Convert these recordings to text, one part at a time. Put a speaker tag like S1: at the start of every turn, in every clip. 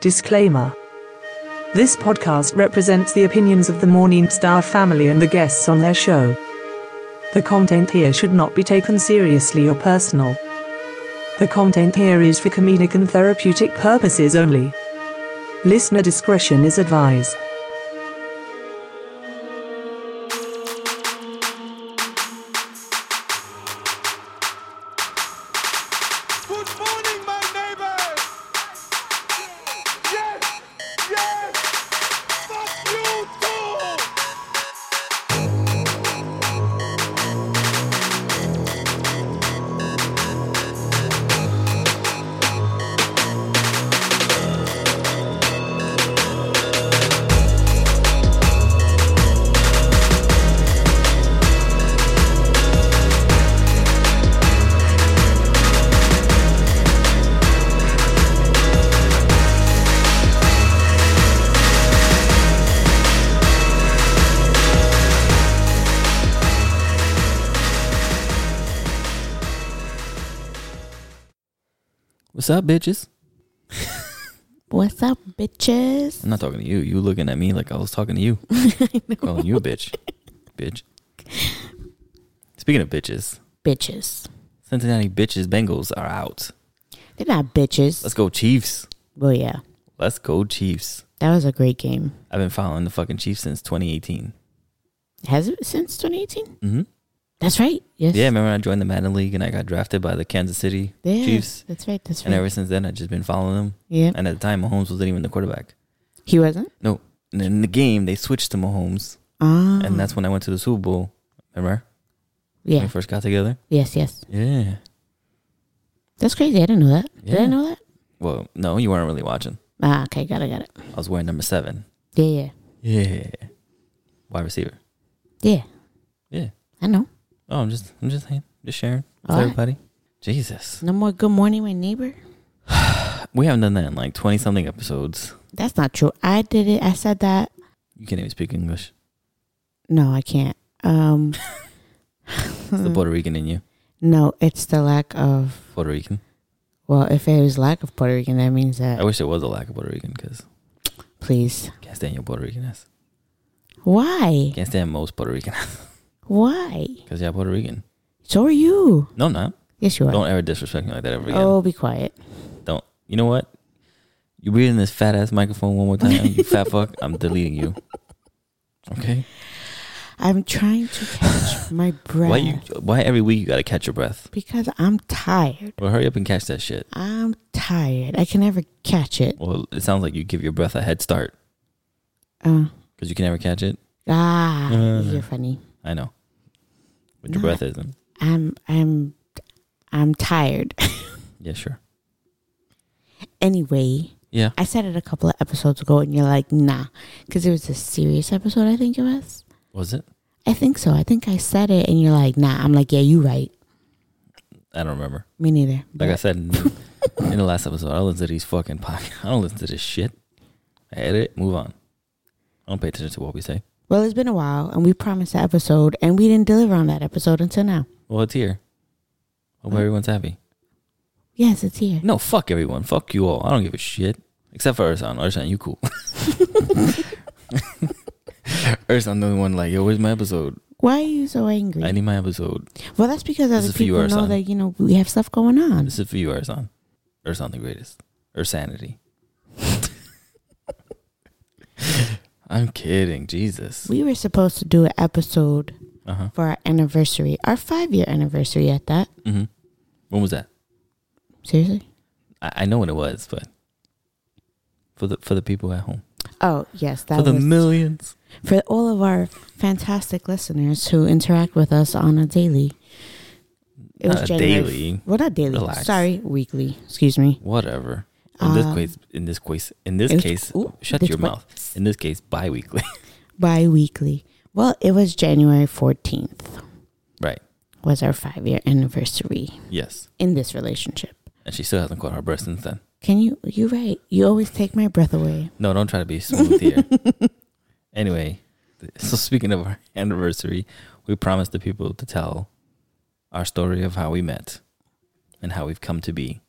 S1: Disclaimer This podcast represents the opinions of the Morning Star family and the guests on their show. The content here should not be taken seriously or personal. The content here is for comedic and therapeutic purposes only. Listener discretion is advised.
S2: Good morning, my neighbors! Yes! Yes! Fuck you too!
S3: What's up, bitches?
S4: What's up, bitches?
S3: I'm not talking to you. You looking at me like I was talking to you. Calling you a bitch. bitch. Speaking of bitches,
S4: Bitches.
S3: Cincinnati bitches Bengals are out.
S4: They're not bitches.
S3: Let's go Chiefs.
S4: well, yeah,
S3: Let's go Chiefs.
S4: that was a great game.
S3: I've been following the fucking Chiefs since 2018.
S4: Has it since 2018?
S3: Mhm.
S4: That's right. Yes.
S3: Yeah, remember when I joined the Madden League and I got drafted by the Kansas City
S4: Yeah,
S3: Chiefs?
S4: That's right. That's right.
S3: And ever since then, I've just been following them.
S4: yeah.
S3: And at the time, Mahomes wasn't even the quarterback.
S4: he wasn't.
S3: No. And in the game, they switched to Mahomes.
S4: Ah.
S3: And that's when I went to the Super Bowl. Remember? When
S4: yeah.
S3: we first got together?
S4: Yes. Yes.
S3: Yeah.
S4: That's crazy. I didn't know that. Did
S3: Yeah.
S4: I know that?
S3: Well, no, you weren't really watching.
S4: Ah. Okay. Got it. Got it.
S3: I was wearing number seven.
S4: Yeah. Yeah.
S3: Yeah. Wide receiver.
S4: Yeah.
S3: Yeah.
S4: I know.
S3: Oh, I'm just I'm just saying. Just sharing with
S4: All right.
S3: everybody. Jesus.
S4: No more. Good morning, my neighbor.
S3: We haven't done that in like twenty something episodes.
S4: That's not true. I did it. I said that.
S3: You can't even speak English.
S4: No, I can't. Um.
S3: It's the Puerto Rican in you.
S4: No, it's the lack of.
S3: Puerto Rican.
S4: Well, if it was lack of Puerto Rican, that means that.
S3: I wish there was a lack of Puerto Rican because
S4: please.
S3: can't stand your Puerto Rican ass.
S4: Why?
S3: Can't stand most Puerto Rican ass
S4: Why?
S3: because you're Puerto Rican.
S4: So are you.
S3: No, I'm not.
S4: Yes, you are.
S3: Don't ever disrespect me like that ever again.
S4: oh, be quiet.
S3: Don't. You know what? You breathing this fat ass microphone one more time, you fat fuck. I'm deleting you. Okay.
S4: I'm trying to catch my breath
S3: Why you? Why every week you gotta catch your breath?
S4: because I'm tired.
S3: Well, hurry up and catch that shit.
S4: I'm tired. I can never catch it.
S3: Well, it sounds like you give your breath a head start
S4: Uh,
S3: because you can never catch it.
S4: ah,
S3: No, no, no.
S4: you're funny.
S3: I know, but your
S4: No,
S3: breath isn't.
S4: I'm I'm I'm tired.
S3: Yeah, sure.
S4: anyway,
S3: Yeah,
S4: I said it a couple of episodes ago, and you're like, nah, because it was a serious episode. I think it was.
S3: was it?
S4: I think so. I think I said it, and you're like, nah. I'm like, yeah, you right.
S3: I don't remember.
S4: Me neither.
S3: Like I said in, in the last episode, I don't listen to these fucking podcasts. I don't listen to this shit. I edit, move on. I don't pay attention to what we say.
S4: Well, it's been a while, and we promised that episode, and we didn't deliver on that episode until now.
S3: Well, it's here. Hope everyone's happy.
S4: Yes, it's here.
S3: No, fuck everyone. Fuck you all. I don't give a shit. Except for Ursan. Ursan, you cool. Ursan, the only one like, yo, where's my episode?
S4: Why are you so angry?
S3: I need my episode.
S4: well, that's because
S3: This
S4: other
S3: is for you,
S4: people know
S3: Arslan.
S4: that you know we have stuff going on.
S3: This is for you, Ursan. Ursan the greatest. Ursanity. I'm kidding. Jesus.
S4: We were supposed to do an episode
S3: Uh huh.
S4: for our anniversary, our five-year anniversary. At that,
S3: hmm When was that?
S4: seriously?
S3: I, I know when it was, but for the for the people at home,
S4: Oh yes, that
S3: for the
S4: was
S3: millions.
S4: for all of our fantastic listeners who interact with us on a daily. It
S3: Not a daily.
S4: Well, not daily.
S3: Relax.
S4: Sorry, weekly. Excuse me.
S3: Whatever. In this
S4: Um,
S3: case, in this case, in this
S4: it was-
S3: case,
S4: ooh,
S3: shut
S4: bitch,
S3: your
S4: what?
S3: mouth. In this case, bi-weekly.
S4: Bi-weekly. Well, it was January fourteenth.
S3: right.
S4: was our five year anniversary
S3: Yes.
S4: in this relationship.
S3: And she still hasn't caught her breath since then.
S4: Can you? You're right. You always take my breath away.
S3: No, don't try to be smooth here. anyway, th- so speaking of our anniversary, we promised the people to tell our story of how we met and how we've come to be.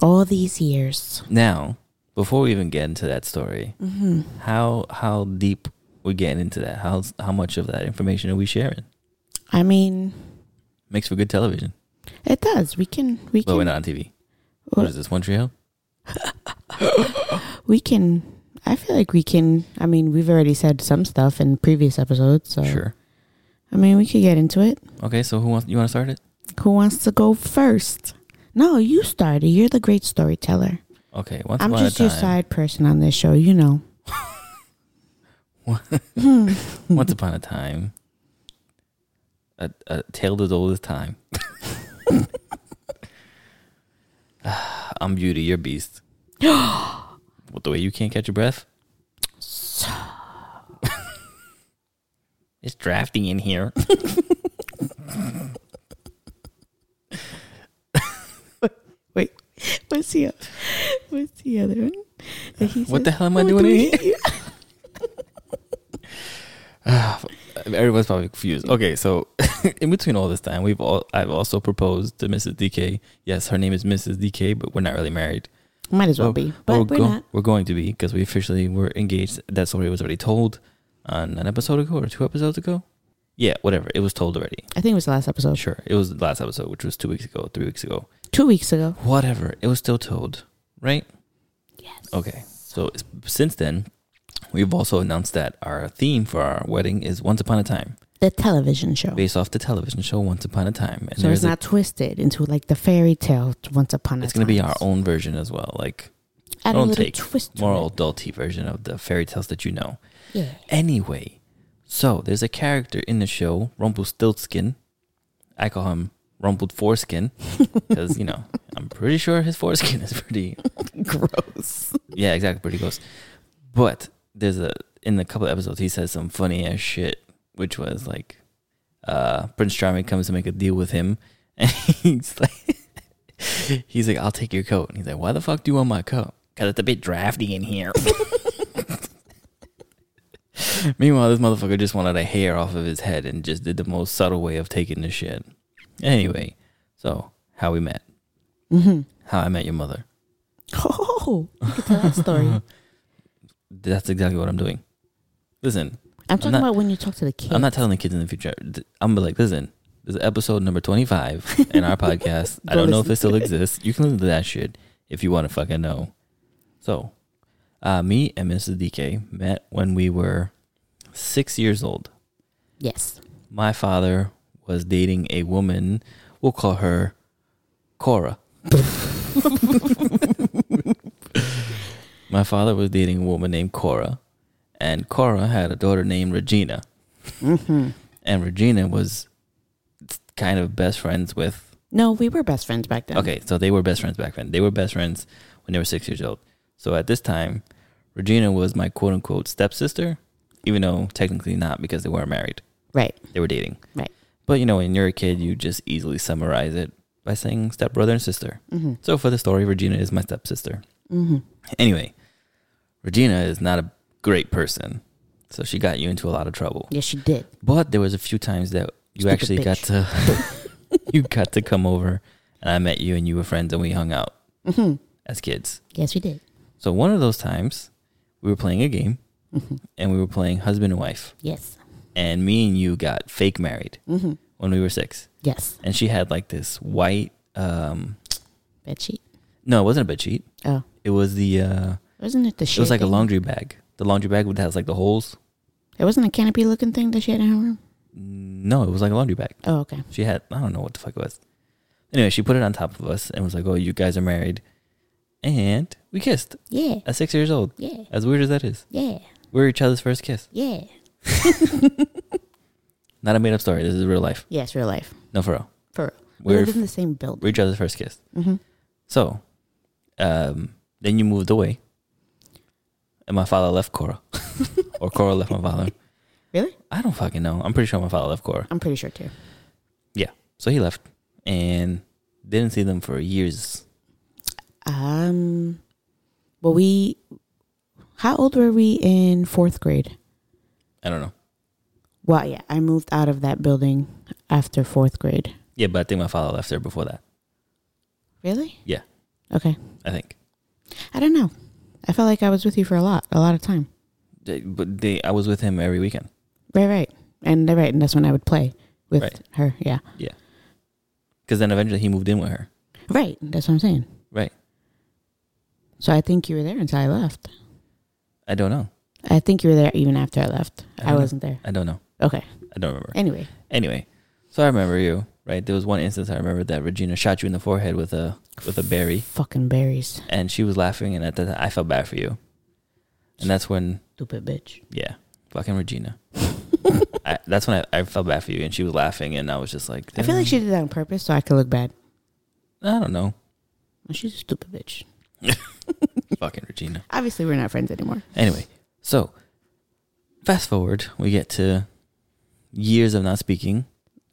S4: All these years.
S3: Now, before we even get into that story, how how deep we're getting into that? How how much of that information are we sharing?
S4: I mean,
S3: Makes for good television,
S4: it does. We can we
S3: but we're
S4: can
S3: not on TV. What is this Montreal?
S4: we can. I feel like we can. I mean, we've already said some stuff in previous episodes, so
S3: Sure.
S4: I mean, we could get into it.
S3: Okay, so who wants you want to start it?
S4: Who wants to go first? No, you started. You're the great storyteller.
S3: Okay, once
S4: I'm
S3: upon
S4: just
S3: a
S4: your
S3: time,
S4: side person on this show, you know.
S3: once upon a time, a, a tale as old as time. I'm beauty, you're beast. what the way you can't catch your breath? it's drafting in here.
S4: Wait, what's the what's the other one? That he
S3: What
S4: says,
S3: the hell am I
S4: "Oh,
S3: doing
S4: do
S3: in
S4: we-
S3: Everyone's probably confused. Okay, so in between all this time, we've all I've also proposed to Mrs. DK. Yes, her name is Mrs. DK, but we're not really married.
S4: Might as well
S3: Well,
S4: be,
S3: we're,
S4: but we're
S3: Oh, go-
S4: not.
S3: we're going to be because we officially were engaged. That story was already told on an episode ago or two episodes ago. Yeah, whatever. It was told already.
S4: I think it was the last episode,
S3: Sure, it was the last episode, which was two weeks ago, three weeks ago.
S4: two weeks ago.
S3: Whatever. It was still told, right? Yes. Okay. So it's- since then, we've also announced that our theme for our wedding is Once Upon a Time
S4: The television show,
S3: based off the television show Once Upon a Time. And
S4: Oh. so it's
S3: a-
S4: not twisted into like the fairy tale. Once upon a
S3: it's going to be our
S4: Times.
S3: own version as well, like
S4: Add a
S3: own
S4: little
S3: take,
S4: twist, to
S3: more
S4: it.
S3: adulty version of the fairy tales that you know.
S4: Yeah.
S3: Anyway, so there's a character in the show, Rumpelstiltskin. I call him Rumpled Foreskin because you know I'm pretty sure his foreskin is pretty
S4: Gross.
S3: yeah, exactly. Pretty close. But there's a in a couple episodes he says some funny ass shit, which was like uh Prince Charming comes to make a deal with him and he's like he's like, I'll take your coat. And he's like, Why the fuck do you want my coat? Cause it's a bit drafty in here. Meanwhile, this motherfucker just wanted a hair off of his head and just did the most subtle way of taking the shit. Anyway, so how we met.
S4: Mm-hmm.
S3: How I met your mother.
S4: Oh, look at that story.
S3: That's exactly what I'm doing. Listen,
S4: I'm talking
S3: not-
S4: about when you talk to the kids.
S3: I'm not telling the kids in the future. Th- I'm like, listen, this is episode number 25 in our podcast. I
S4: Go
S3: don't know if
S4: listen
S3: it still exists. You can listen to that shit if you want to fucking know. So, uh, me and Mrs. DK met when we were six years old.
S4: yes.
S3: My father was dating a woman. We'll call her Cora. My father was dating a woman named Cora, and Cora had a daughter named Regina.
S4: Mm-hmm.
S3: And Regina was kind of best friends with
S4: No, we were best friends back then.
S3: Okay, so they were best friends back then. They were best friends when they were six years old. So at this time, Regina was my quote unquote stepsister, even though technically not because they weren't married.
S4: Right.
S3: They were dating.
S4: Right.
S3: But you know, when you're a kid, you just easily summarize it by saying stepbrother and sister.
S4: Mm-hmm.
S3: So for the story, Regina is my stepsister. Anyway, Regina is not a great person. So she got you into a lot of trouble.
S4: Yes, she did.
S3: But there was a few times that you
S4: Stupid
S3: actually got to you got to come over and I met you and you were friends and we hung out as kids.
S4: Mm-hmm. Yes, we did.
S3: So one of those times we were playing a game and we were playing husband and wife
S4: Yes.
S3: and me and you got fake married when we were 6.
S4: Yes.
S3: And she had like this white um
S4: Bed sheet.
S3: no, it wasn't a bed sheet.
S4: Oh,
S3: It was the uh
S4: wasn't it the shit?
S3: it was like a laundry bag. The laundry bag that has like the holes.
S4: It wasn't a canopy looking thing that she had in her room.
S3: No, it was like a laundry bag.
S4: Oh, okay.
S3: She had I don't know what the fuck it was. Anyway, she put it on top of us and was like, "Oh, you guys are married," and we kissed
S4: Yeah.
S3: at six years old.
S4: Yeah.
S3: As weird as that is,
S4: Yeah.
S3: we were each other's first kiss.
S4: Yeah.
S3: Not a made up story. This is real life.
S4: Yes, real life.
S3: No, for real.
S4: For real.
S3: We're
S4: we lived
S3: f-
S4: in the same building. Mm-hmm.
S3: We were each other's first kiss. So, um, then you moved away, and my father left Cora, or Cora left my father.
S4: Really?
S3: I don't fucking know. I'm pretty sure my father left Cora.
S4: I'm pretty sure too.
S3: Yeah. So he left and didn't see them for years.
S4: Um. Well, we. How old were we in fourth grade?
S3: I don't know.
S4: Well, yeah, I moved out of that building after fourth grade.
S3: Yeah, but I think my father left her before that.
S4: Really?
S3: Yeah,
S4: Okay.
S3: I think.
S4: I don't know. I felt like I was with you for a lot, a lot of time.
S3: They- But they, I was with him every weekend.
S4: Right, right, and right, and that's when I would play with
S3: Right.
S4: her. Yeah,
S3: Because then eventually he moved in with her.
S4: right. That's what I'm saying.
S3: Right.
S4: So I think you were there until I left.
S3: I don't know.
S4: I think you were there even after I left.
S3: I
S4: I,
S3: don't know.
S4: wasn't there.
S3: I don't know.
S4: Okay.
S3: I don't remember.
S4: Anyway,
S3: Anyway, so I remember you, right? There was one instance I remember that Regina shot you in the forehead with a with a berry,
S4: fucking berries,
S3: and she was laughing, and at that I felt bad for you, and that's when
S4: stupid bitch.
S3: yeah, fucking Regina. I, that's when I, I felt bad for you, and she was laughing, and I was just like,
S4: I feel like
S3: "Damn."
S4: she did that on purpose so I could look bad.
S3: I don't know,
S4: She's a stupid bitch.
S3: fucking Regina.
S4: Obviously, we're not friends anymore.
S3: Anyway, so fast forward, we get to years of not speaking,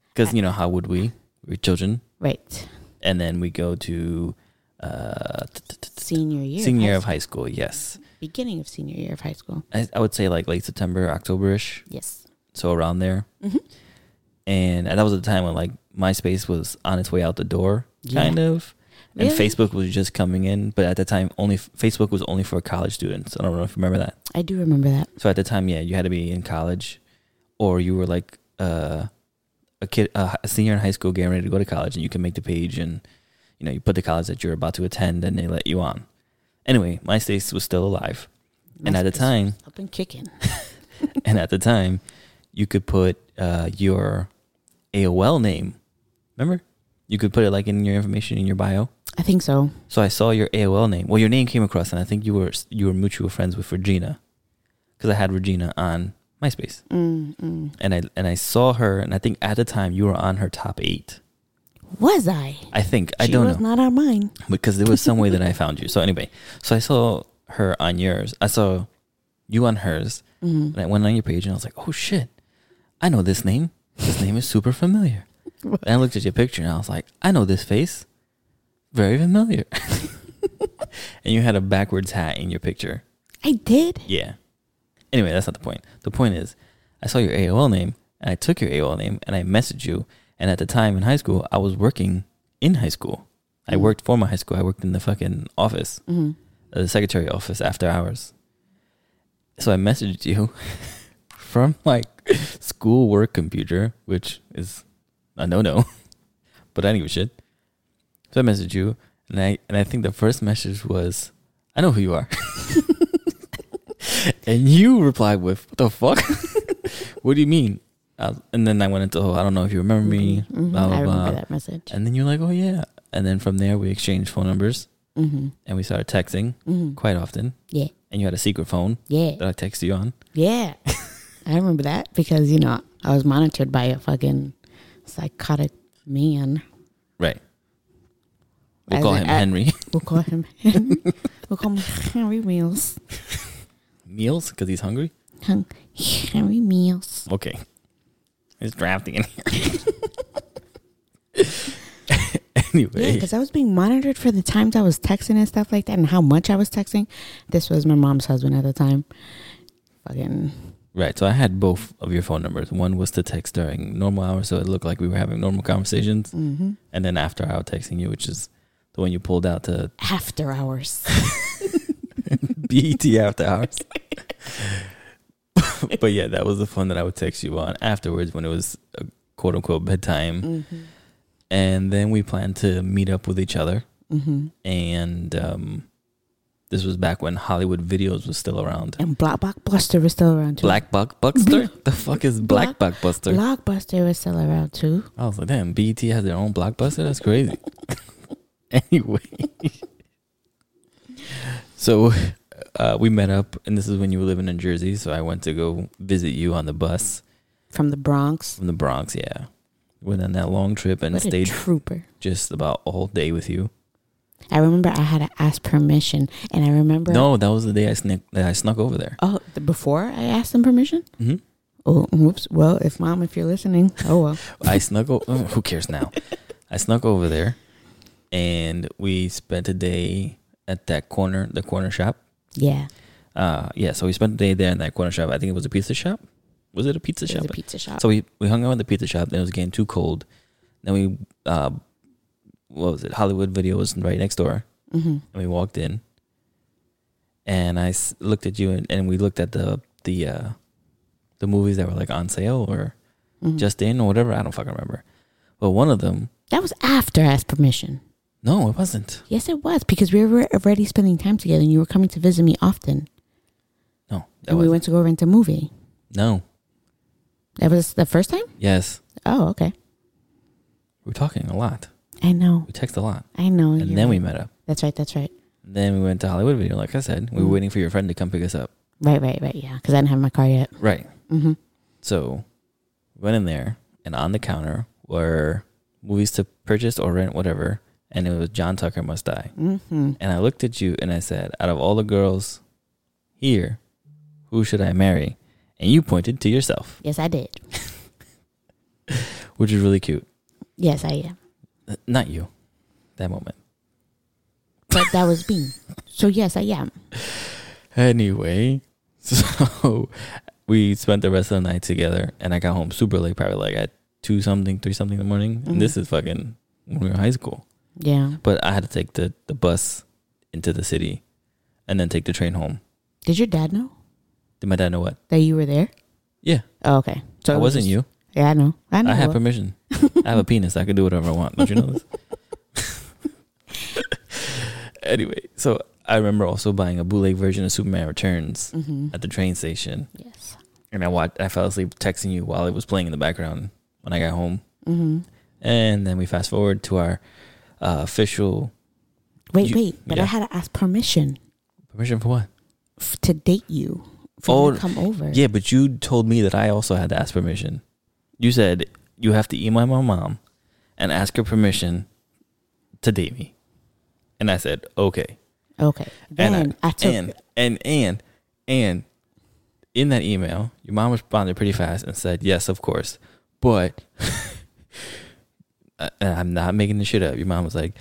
S3: because you know how would we? We're children,
S4: Right.
S3: and then we go to uh, t- t- t-
S4: Senior year.
S3: senior
S4: high
S3: of high school. Yes,
S4: school. beginning of senior year of high school.
S3: I, I would say like late September, Octoberish,
S4: Yes.
S3: so around there.
S4: Mm-hmm.
S3: And that was the time when like MySpace was on its way out the door,
S4: Yeah.
S3: kind of, and
S4: Really?
S3: Facebook was just coming in. But at the time, only Facebook was only for college students. I don't know if you remember that.
S4: I do remember that.
S3: So at the time, yeah, you had to be in college, or you were like uh, a kid, a hi- senior in high school, getting ready to go to college, and you can make the page, and you know you put the college that you're about to attend, and they let you on. Anyway, MySpace was still alive, and at the
S4: MySpace.
S3: time,
S4: Up and kicking.
S3: and at the time, you could put uh, your AOL name. Remember, you could put it like in your information in your bio.
S4: I think so.
S3: So I saw your AOL name. Well, your name came across, and I think you were you were mutual friends with Regina, because I had Regina on MySpace,
S4: Mm, mm.
S3: and I and I saw her, and I think at the time you were on her top eight.
S4: Was I?
S3: I think I
S4: she
S3: don't
S4: was
S3: know
S4: not on mine.
S3: because there was some way that I found you. So anyway, so I saw her on yours. I saw you on hers,
S4: Mhm.
S3: and I went on your page, and I was like, oh shit, I know this name. This name is super familiar.
S4: What?
S3: And I looked at your picture, and I was like, I know this face, very familiar. and you had a backwards hat in your picture.
S4: I did.
S3: Yeah. Anyway, that's not the point. The point is, I saw your AOL name and I took your AOL name and I messaged you. And at the time in high school, I was working in high school. I
S4: Mhm.
S3: worked for my high school. I worked in the fucking office,
S4: Mm-hmm.
S3: uh, the secretary office after hours. So I messaged you from like school work computer, which is a no no, but I didn't give a shit. So I messaged you, and I and I think the first message was, "I know who you are," and you replied with, "What the fuck? what do you mean?" Uh, and then I went into, "Oh, I don't know if you remember me,"
S4: Mhm.
S3: blah
S4: I
S3: blah
S4: remember
S3: blah.
S4: that message.
S3: And then you're like, "Oh yeah," and then from there we exchanged phone numbers
S4: Mm-hmm.
S3: and we started texting
S4: Mm-hmm.
S3: quite often.
S4: Yeah.
S3: And you had a secret phone
S4: Yeah.
S3: that I texted you on.
S4: Yeah. I remember that because, you know, I was monitored by a fucking psychotic man.
S3: Right. We'll
S4: As
S3: call
S4: in
S3: him
S4: at-
S3: Henry
S4: We'll call him Henry. we'll call him Henry Meals.
S3: Meals because he's hungry.
S4: Hen- Henry Meals.
S3: Okay. It's drafting in here.
S4: Yeah,
S3: anyway.
S4: because I was being monitored for the times I was texting and stuff like that and how much I was texting. This was my mom's husband at the time. Fucking.
S3: right. So I had both of your phone numbers. One was to text during normal hours, so it looked like we were having normal conversations.
S4: hmm
S3: And then after hour texting you, which is the one you pulled out to
S4: After hours.
S3: BET E after hours. but yeah, that was the fun that I would text you on afterwards when it was uh quote unquote bedtime.
S4: mm-hmm.
S3: And then we planned to meet up with each other.
S4: Mm-hmm.
S3: And um, this was back when Hollywood videos was still around.
S4: And Block Blockbuster was still around too.
S3: Black Blockbuster? the fuck is Black Blockbuster?
S4: Blockbuster was still around too.
S3: I was like, damn, BET has their own Blockbuster? That's crazy. anyway. so uh, we met up, and this is when you were living in Jersey. So I went to go visit you on the bus
S4: From the Bronx.
S3: from the Bronx. Yeah. Went on that long trip and
S4: What a
S3: stayed
S4: trooper.
S3: just about all day with you.
S4: I remember I had to ask permission, and I remember
S3: No, that was the day I snuck, that I snuck over there.
S4: Oh, the, before I asked them permission.
S3: hmm
S4: Oh, whoops. Well, if mom, if you're listening, oh well.
S3: I snuck over. Oh, who cares now? I snuck over there, and we spent a day at that corner, the corner shop.
S4: Yeah,
S3: Uh, yeah. So we spent the day there in that corner shop. I think it was a pizza shop. Was it a pizza
S4: it
S3: shop?
S4: was a pizza shop.
S3: So we we hung out at the pizza shop. Then it was getting too cold. Then we, uh, what was it? Hollywood Video was right next door,
S4: mm-hmm.
S3: and we walked in. and I s- looked at you, and, and we looked at the the uh, the movies that were like on sale or
S4: Mhm.
S3: just in or whatever. I don't fucking remember. But one of them,
S4: That was after I asked permission.
S3: no, it wasn't.
S4: Yes, it was because we were already spending time together, and you were coming to visit me often.
S3: No, that
S4: And we
S3: was
S4: went to go rent a movie.
S3: no.
S4: That was the first time.
S3: Yes,
S4: Oh, okay.
S3: we were talking a lot.
S4: I know.
S3: We text a lot,
S4: I know.
S3: and
S4: you're
S3: then we
S4: right.
S3: met up.
S4: That's right. That's right.
S3: Then we went to Hollywood Video, like I said. We were
S4: Mhm.
S3: waiting for your friend to come pick us up.
S4: Right. Right. Right. Yeah. Because I didn't have my car yet.
S3: Right.
S4: Mm-hmm.
S3: So went in there and on the counter were movies to purchase or rent, whatever. And it was John Tucker Must Die.
S4: Mm-hmm.
S3: And I looked at you and I said, out of all the girls here, who should I marry? And you pointed to yourself,
S4: Yes, I did.
S3: which is really cute.
S4: Yes, I am.
S3: Uh, Not you, that moment.
S4: But that was me. So yes, I am.
S3: Anyway, so we spent the rest of the night together, and I got home super late, probably like at two something, three something in the morning.
S4: Mhm.
S3: And this is fucking when we were in high school.
S4: Yeah.
S3: But I had to take the, the bus into the city and then take the train home.
S4: Did your dad know
S3: Did my dad know what?
S4: that you were there?
S3: Yeah.
S4: Oh, okay. So
S3: I
S4: it was
S3: wasn't
S4: just-
S3: you.
S4: Yeah, I know. I know.
S3: I have permission. I have a penis. I can do whatever I want. Don't you know this? anyway, so I remember also buying a bootleg version of Superman Returns
S4: mm-hmm.
S3: at the train station.
S4: Yes.
S3: And I watched, I fell asleep texting you while it was playing in the background when I got home.
S4: Mm-hmm.
S3: And then we fast forward to our uh, official
S4: Wait,
S3: You-
S4: wait. But I
S3: yeah.
S4: had to ask permission
S3: permission for what?
S4: f- to date you. For you
S3: Oh,
S4: to come over.
S3: Yeah, but you told me that I also had to ask permission. You said you have to email my mom and ask her permission to date me. And I said, okay.
S4: Okay. Then
S3: and
S4: I, took.
S3: and, and and and in that email, your mom responded pretty fast and said, yes, of course. But I- and I'm not making this shit up. Your mom was like,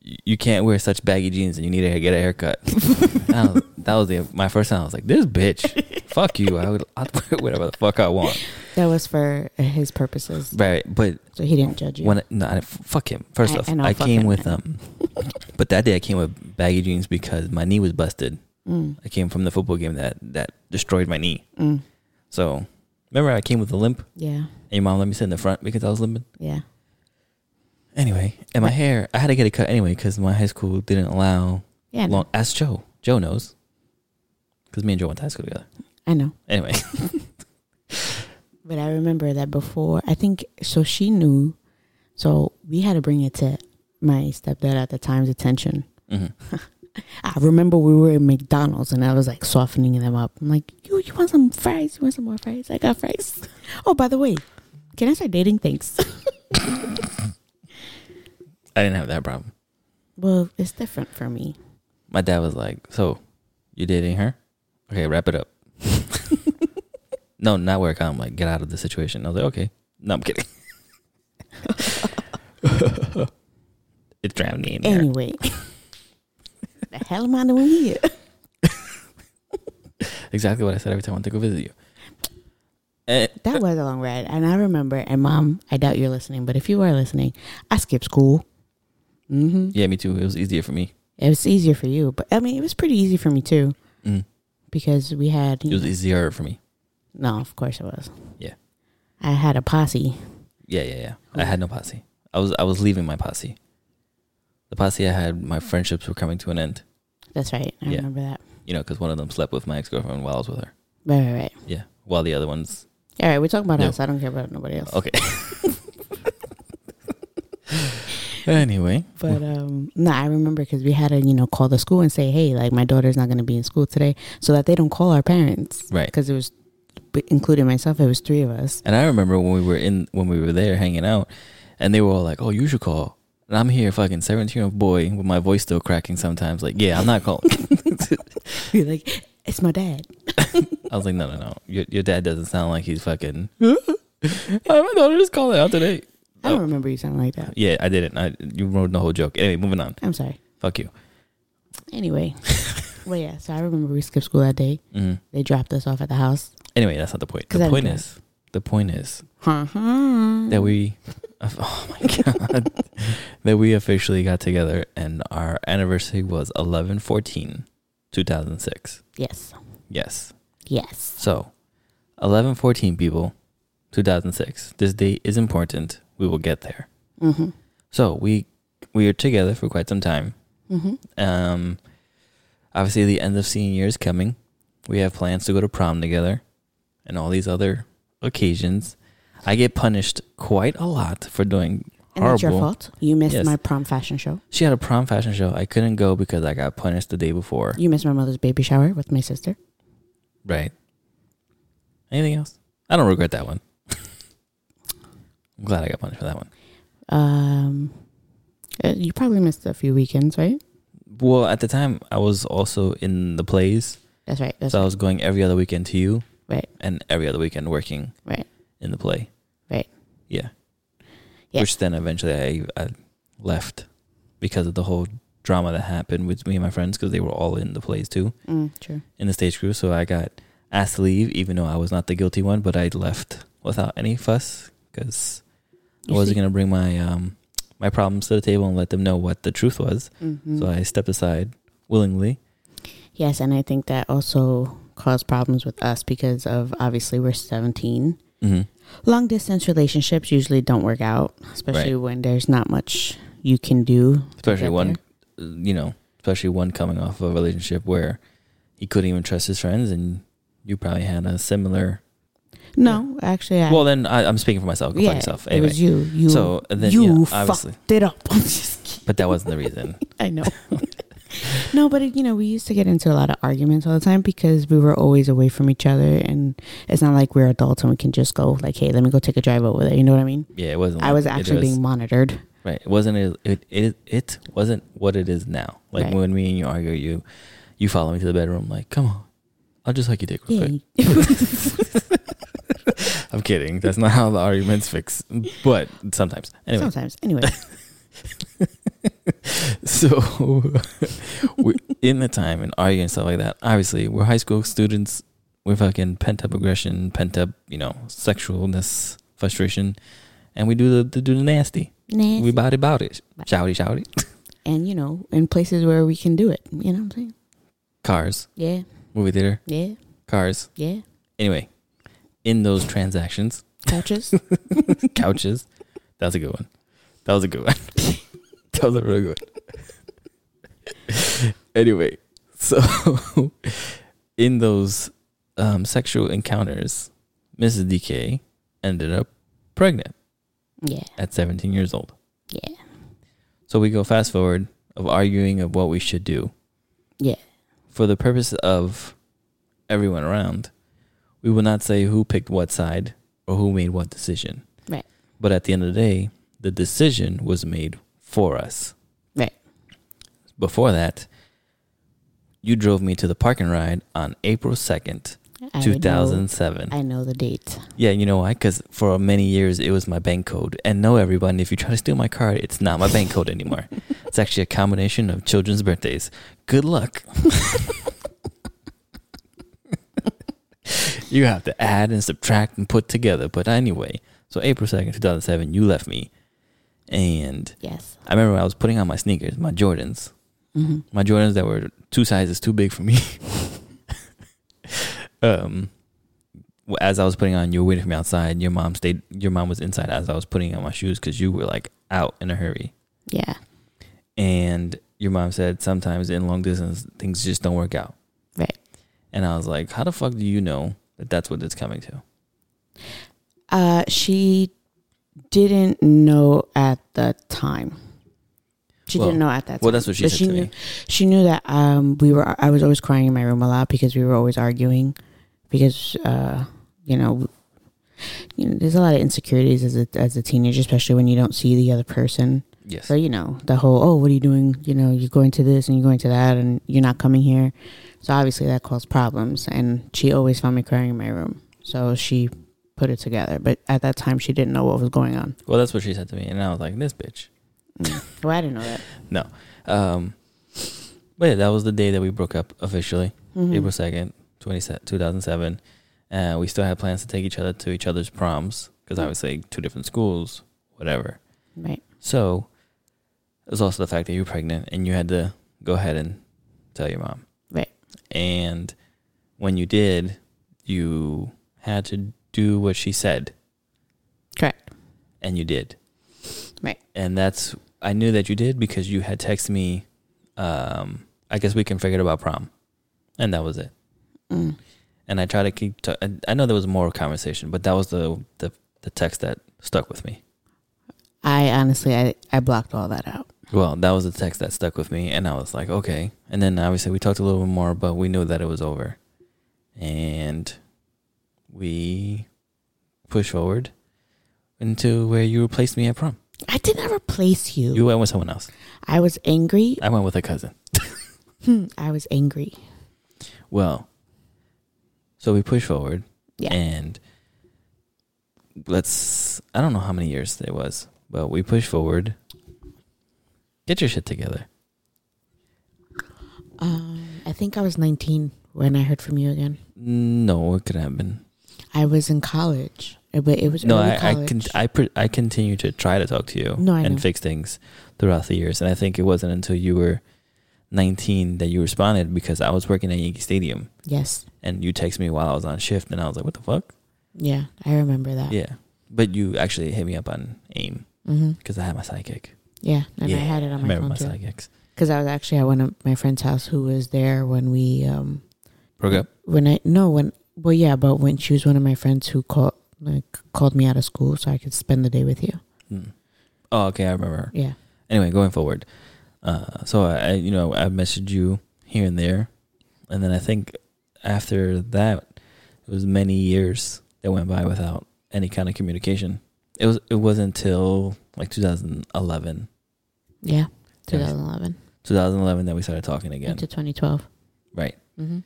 S3: "You- you can't wear such baggy jeans and you need to get a haircut. I was- that was the, my first time. I was like, this bitch, fuck you. I would I'll wear whatever the fuck I want.
S4: that was for his purposes,
S3: Right. But
S4: so he didn't judge you.
S3: when, no, I, fuck him. First
S4: I-
S3: off,
S4: I
S3: I,
S4: know, fuck
S3: came
S4: him.
S3: with them. but that day I came with baggy jeans because my knee was busted.
S4: mm,
S3: I came from the football game that, that destroyed my knee.
S4: mm,
S3: So remember I came with a limp
S4: yeah,
S3: and your mom let me sit in the front because I was limping?
S4: yeah.
S3: Anyway, and my hair, I had to get it cut anyway because my high school didn't allow
S4: Yeah, I know.
S3: long. Ask Joe. Joe knows. Because me and Joe went to high school together.
S4: I know.
S3: Anyway,
S4: But I remember that before, I think, so she knew. So we had to bring it to my stepdad at the time's attention.
S3: Mhm.
S4: I remember we were in McDonald's and I was like softening them up. I'm like, you, you want some fries? You want some more fries? I got fries. Oh, by the way, can I start dating? Thanks.
S3: I didn't have that problem.
S4: well, it's different for me.
S3: My dad was like, "So, you dating her? Okay, wrap it up." no, not work. I'm like, get out of the situation. I was like, okay. No, I'm kidding. it's drowning me in there.
S4: Anyway, the hell am I doing here?
S3: Exactly what I said every time I went to go visit you. Eh,
S4: That was a long ride. And I remember, and mom, I doubt you're listening, but if you are listening, I skipped school. Mm-hmm.
S3: yeah, me too. It was easier for me.
S4: It was easier for you, but I mean, it was pretty easy for me too
S3: Mm.
S4: because we had.
S3: It was easier for me.
S4: no, of course it was.
S3: Yeah.
S4: I had a posse.
S3: Yeah, yeah, yeah. I had no posse. I was I was leaving my posse. The posse I had, my friendships were coming to an end.
S4: That's right. I
S3: Yeah.
S4: remember that.
S3: You know, because one of them slept with my ex girlfriend while I was with her.
S4: Right, right, right.
S3: Yeah, while the other ones
S4: All right, we're talking about
S3: No.
S4: us. I don't care about nobody else.
S3: Okay. anyway,
S4: But um, no, I remember because we had to, you know, call the school and say, hey, like my daughter's not going to be in school today, so that they don't call our parents.
S3: Right.
S4: Because it was, b- including myself, it was three of us.
S3: and I remember when we were in when we were there hanging out, and they were all like, "Oh, you should call." And I'm here, fucking seventeen year old boy, with my voice still cracking sometimes. Like, yeah, I'm not calling.
S4: Be like, it's my dad.
S3: I was like, no, no, no. Your, your dad doesn't sound like he's fucking. I'm not just calling out today.
S4: I
S3: Oh.
S4: don't remember you sounding like that.
S3: Yeah, I didn't. I you wrote the whole joke. Anyway, moving on.
S4: I'm sorry.
S3: Fuck you.
S4: Anyway, well, yeah. So I remember we skipped school that day.
S3: hmm
S4: They dropped us off at the house.
S3: Anyway, that's not the point.
S4: 'Cause I
S3: The point
S4: knew it.
S3: is, the point is
S4: Uh-huh.
S3: that we oh my god that we officially got together and our anniversary was 11 14 2006.
S4: Yes.
S3: Yes.
S4: Yes.
S3: So, 1114 people, 2006. This date is important. We will get there.
S4: Mm-hmm.
S3: So, we we are together for quite some time.
S4: Mm-hmm.
S3: Um, obviously, the end of senior year is coming. We have plans to go to prom together and all these other occasions. I get punished quite a lot for doing
S4: And that's your
S3: Horrible.
S4: fault. You missed
S3: Yes.
S4: my prom fashion show.
S3: She had a prom fashion show. I couldn't go because I got punished the day before.
S4: You missed my mother's baby shower with my sister.
S3: Right. Anything else? I don't regret that one. I'm glad I got punished for that one.
S4: Um, uh, you probably missed a few weekends, right?
S3: Well, at the time, I was also in the plays.
S4: That's right. That's
S3: So I was going every other weekend to you.
S4: Right.
S3: And every other weekend working
S4: right.
S3: in the play.
S4: Right.
S3: Yeah.
S4: Yeah.
S3: Which then eventually I, I left because of the whole drama that happened with me and my friends because they were all in the plays too.
S4: Mm, true.
S3: in the stage crew, so I got asked to leave, even though I was not the guilty one, but I left without any fuss because I
S4: You
S3: wasn't
S4: see-
S3: gonna bring my um my problems to the table and let them know what the truth was.
S4: Mhm.
S3: So I stepped aside willingly.
S4: yes, and I think that also caused problems with us because of obviously we're 17.
S3: Mm-hmm.
S4: Long distance relationships usually don't work out, especially when there's not much you can do. to
S3: Especially
S4: get
S3: one,
S4: there.
S3: uh, you know, especially one coming off of a relationship where he couldn't even trust his friends, and you probably had a similar.
S4: No, actually, I,
S3: Well, then I, I'm speaking for myself. Go
S4: yeah,
S3: fuck yourself.
S4: it
S3: Anyway,
S4: was you. You,
S3: so uh, then
S4: you
S3: you know, obviously,
S4: fucked it up. I'm just kidding.
S3: but that wasn't the reason.
S4: I know. no, but you know, we used to get into a lot of arguments all the time because we were always away from each other, and it's not like we're adults and we can just go like, "Hey, let me go take a drive over there." You know what I mean?
S3: Yeah, it wasn't.
S4: I was
S3: like- it
S4: actually being monitored.
S3: Right. It wasn't it it it wasn't what it is now. Like
S4: Right.
S3: when me and you argue, you you follow me to the bedroom like, "Come on. I'll just hug your dick real
S4: Yeah.
S3: quick." I'm kidding. That's not how the arguments fix. But sometimes. Anyway,
S4: Sometimes, anyway,
S3: so we're in the time and arguing and stuff like that. Obviously, we're high school students. We're fucking pent up aggression, pent up, you know, sexualness, frustration, and we do the, the do the nasty.
S4: Nah.
S3: We body about it. Shouty shouty.
S4: and you know, in places where we can do it. You know what I'm saying?
S3: Cars,
S4: Yeah,
S3: movie theater,
S4: yeah,
S3: cars.
S4: yeah.
S3: Anyway, in those transactions,
S4: Couches.
S3: couches. That was a good one. That was a good one. that was a really good one. anyway, so in those um, sexual encounters, Mrs. DK ended up pregnant
S4: yeah,
S3: at 17 years old.
S4: yeah,
S3: So we go fast forward of arguing of what we should do.
S4: Yeah.
S3: For the purpose of everyone around, we will not say who picked what side or who made what decision.
S4: Right.
S3: But at the end of the day, the decision was made for us.
S4: Right.
S3: Before that, you drove me to the parking ride on April 2nd,
S4: I know-
S3: 2007.
S4: I know the date.
S3: Yeah, you know why? Because for many years it was my bank code. And no, everyone, if you try to steal my card, it's not my bank code anymore. It's actually a combination of children's birthdays. Good luck. you have to add and subtract and put together. But anyway, so April 2nd, 2007, you left me. And
S4: Yes.
S3: I remember I was putting on my sneakers, my Jordans,
S4: hmm
S3: my Jordans that were two sizes too big for me. um, w- as I was putting on, you were waiting for me outside. Your mom stayed. Your mom was inside as I was putting on my shoes because you were like out in a hurry.
S4: Yeah.
S3: And your mom said sometimes in long distance things just don't work out.
S4: Right.
S3: And I was like, how the fuck do you know that that's what it's coming to?
S4: Uh, she didn't know at the time. She
S3: Well-
S4: didn't know at that time.
S3: Well, that's what she
S4: But
S3: said
S4: she
S3: to
S4: knew,
S3: me.
S4: She knew that um, we were. I was always crying in my room a lot because we were always arguing, because uh, you know, you know, there's a lot of insecurities as a as a teenager, especially when you don't see the other person.
S3: Yes.
S4: So you know the whole oh, what are you doing? You know, you're going to this and you're going to that, and you're not coming here. So obviously that caused problems, and she always found me crying in my room. So she put it together, but at that time she didn't know what was going on.
S3: Well, that's what she said to me, and I was like, this bitch.
S4: Well, I didn't know that.
S3: Um, but yeah, that was the day that we broke up officially,
S4: Mm-hmm. Hmm.
S3: April 2nd, 20, 2007. Uh, we still had plans to take each other to each other's proms
S4: Hmm.
S3: because obviously two different schools, whatever.
S4: Right.
S3: So it was also the fact that you were pregnant and you had to go ahead and tell your mom.
S4: Right.
S3: And when you did, you had to do what she said,
S4: Correct.
S3: and you did.
S4: Right.
S3: And that's I knew that you did because you had texted me. Um, I guess we can forget about prom, and that was it.
S4: Mm.
S3: And I try to keep. ta- I I know there was more conversation, but that was the the, the text that stuck with me.
S4: I honestly, I, I blocked all that out.
S3: Well, that was the text that stuck with me, and I was like, okay. And then obviously we talked a little bit more, but we knew that it was over, and we push forward into where you replaced me at prom.
S4: I did not replace you.
S3: You went with someone else.
S4: I was angry.
S3: I went with a cousin.
S4: Hmm, I was angry.
S3: Well, so we push forward,
S4: Yeah.
S3: and let's. I don't know how many years it was, but we push forward. Get your shit together.
S4: Um, I think I was 19 when I heard from you again.
S3: No, it could have been.
S4: I was in college, uh, but it was
S3: No,
S4: early
S3: I I,
S4: college.
S3: con- I, pre- I continue to try to talk to you
S4: No, I
S3: and
S4: know.
S3: fix things throughout the years. And I think it wasn't until you were 19 that you responded because I was working at Yankee Stadium
S4: yes,
S3: and you texted me while I was on shift. And I was like, what the fuck?
S4: yeah, I remember that.
S3: Yeah. But you actually hit me up on AIM
S4: hmm
S3: because I had my sidekick.
S4: yeah, and
S3: yeah,
S4: I had it on
S3: I
S4: my
S3: remember
S4: phone
S3: my
S4: too.
S3: sidekicks.
S4: Because I was actually at one of my friend's house who was there when we um
S3: Broke up.
S4: when I no when well yeah, but when she was one of my friends who called like called me out of school so I could spend the day with you.
S3: Hmm. Oh, okay, I remember.
S4: Yeah,
S3: Anyway, going forward, uh, so I, I, you know, I messaged you here and there, and then I think after that, it was many years that went by without any kind of communication. It was it wasn't until like 2011,
S4: yeah,
S3: Yeah.
S4: 2011
S3: 2011 that we started talking again.
S4: into 2012.
S3: Right.
S4: hmm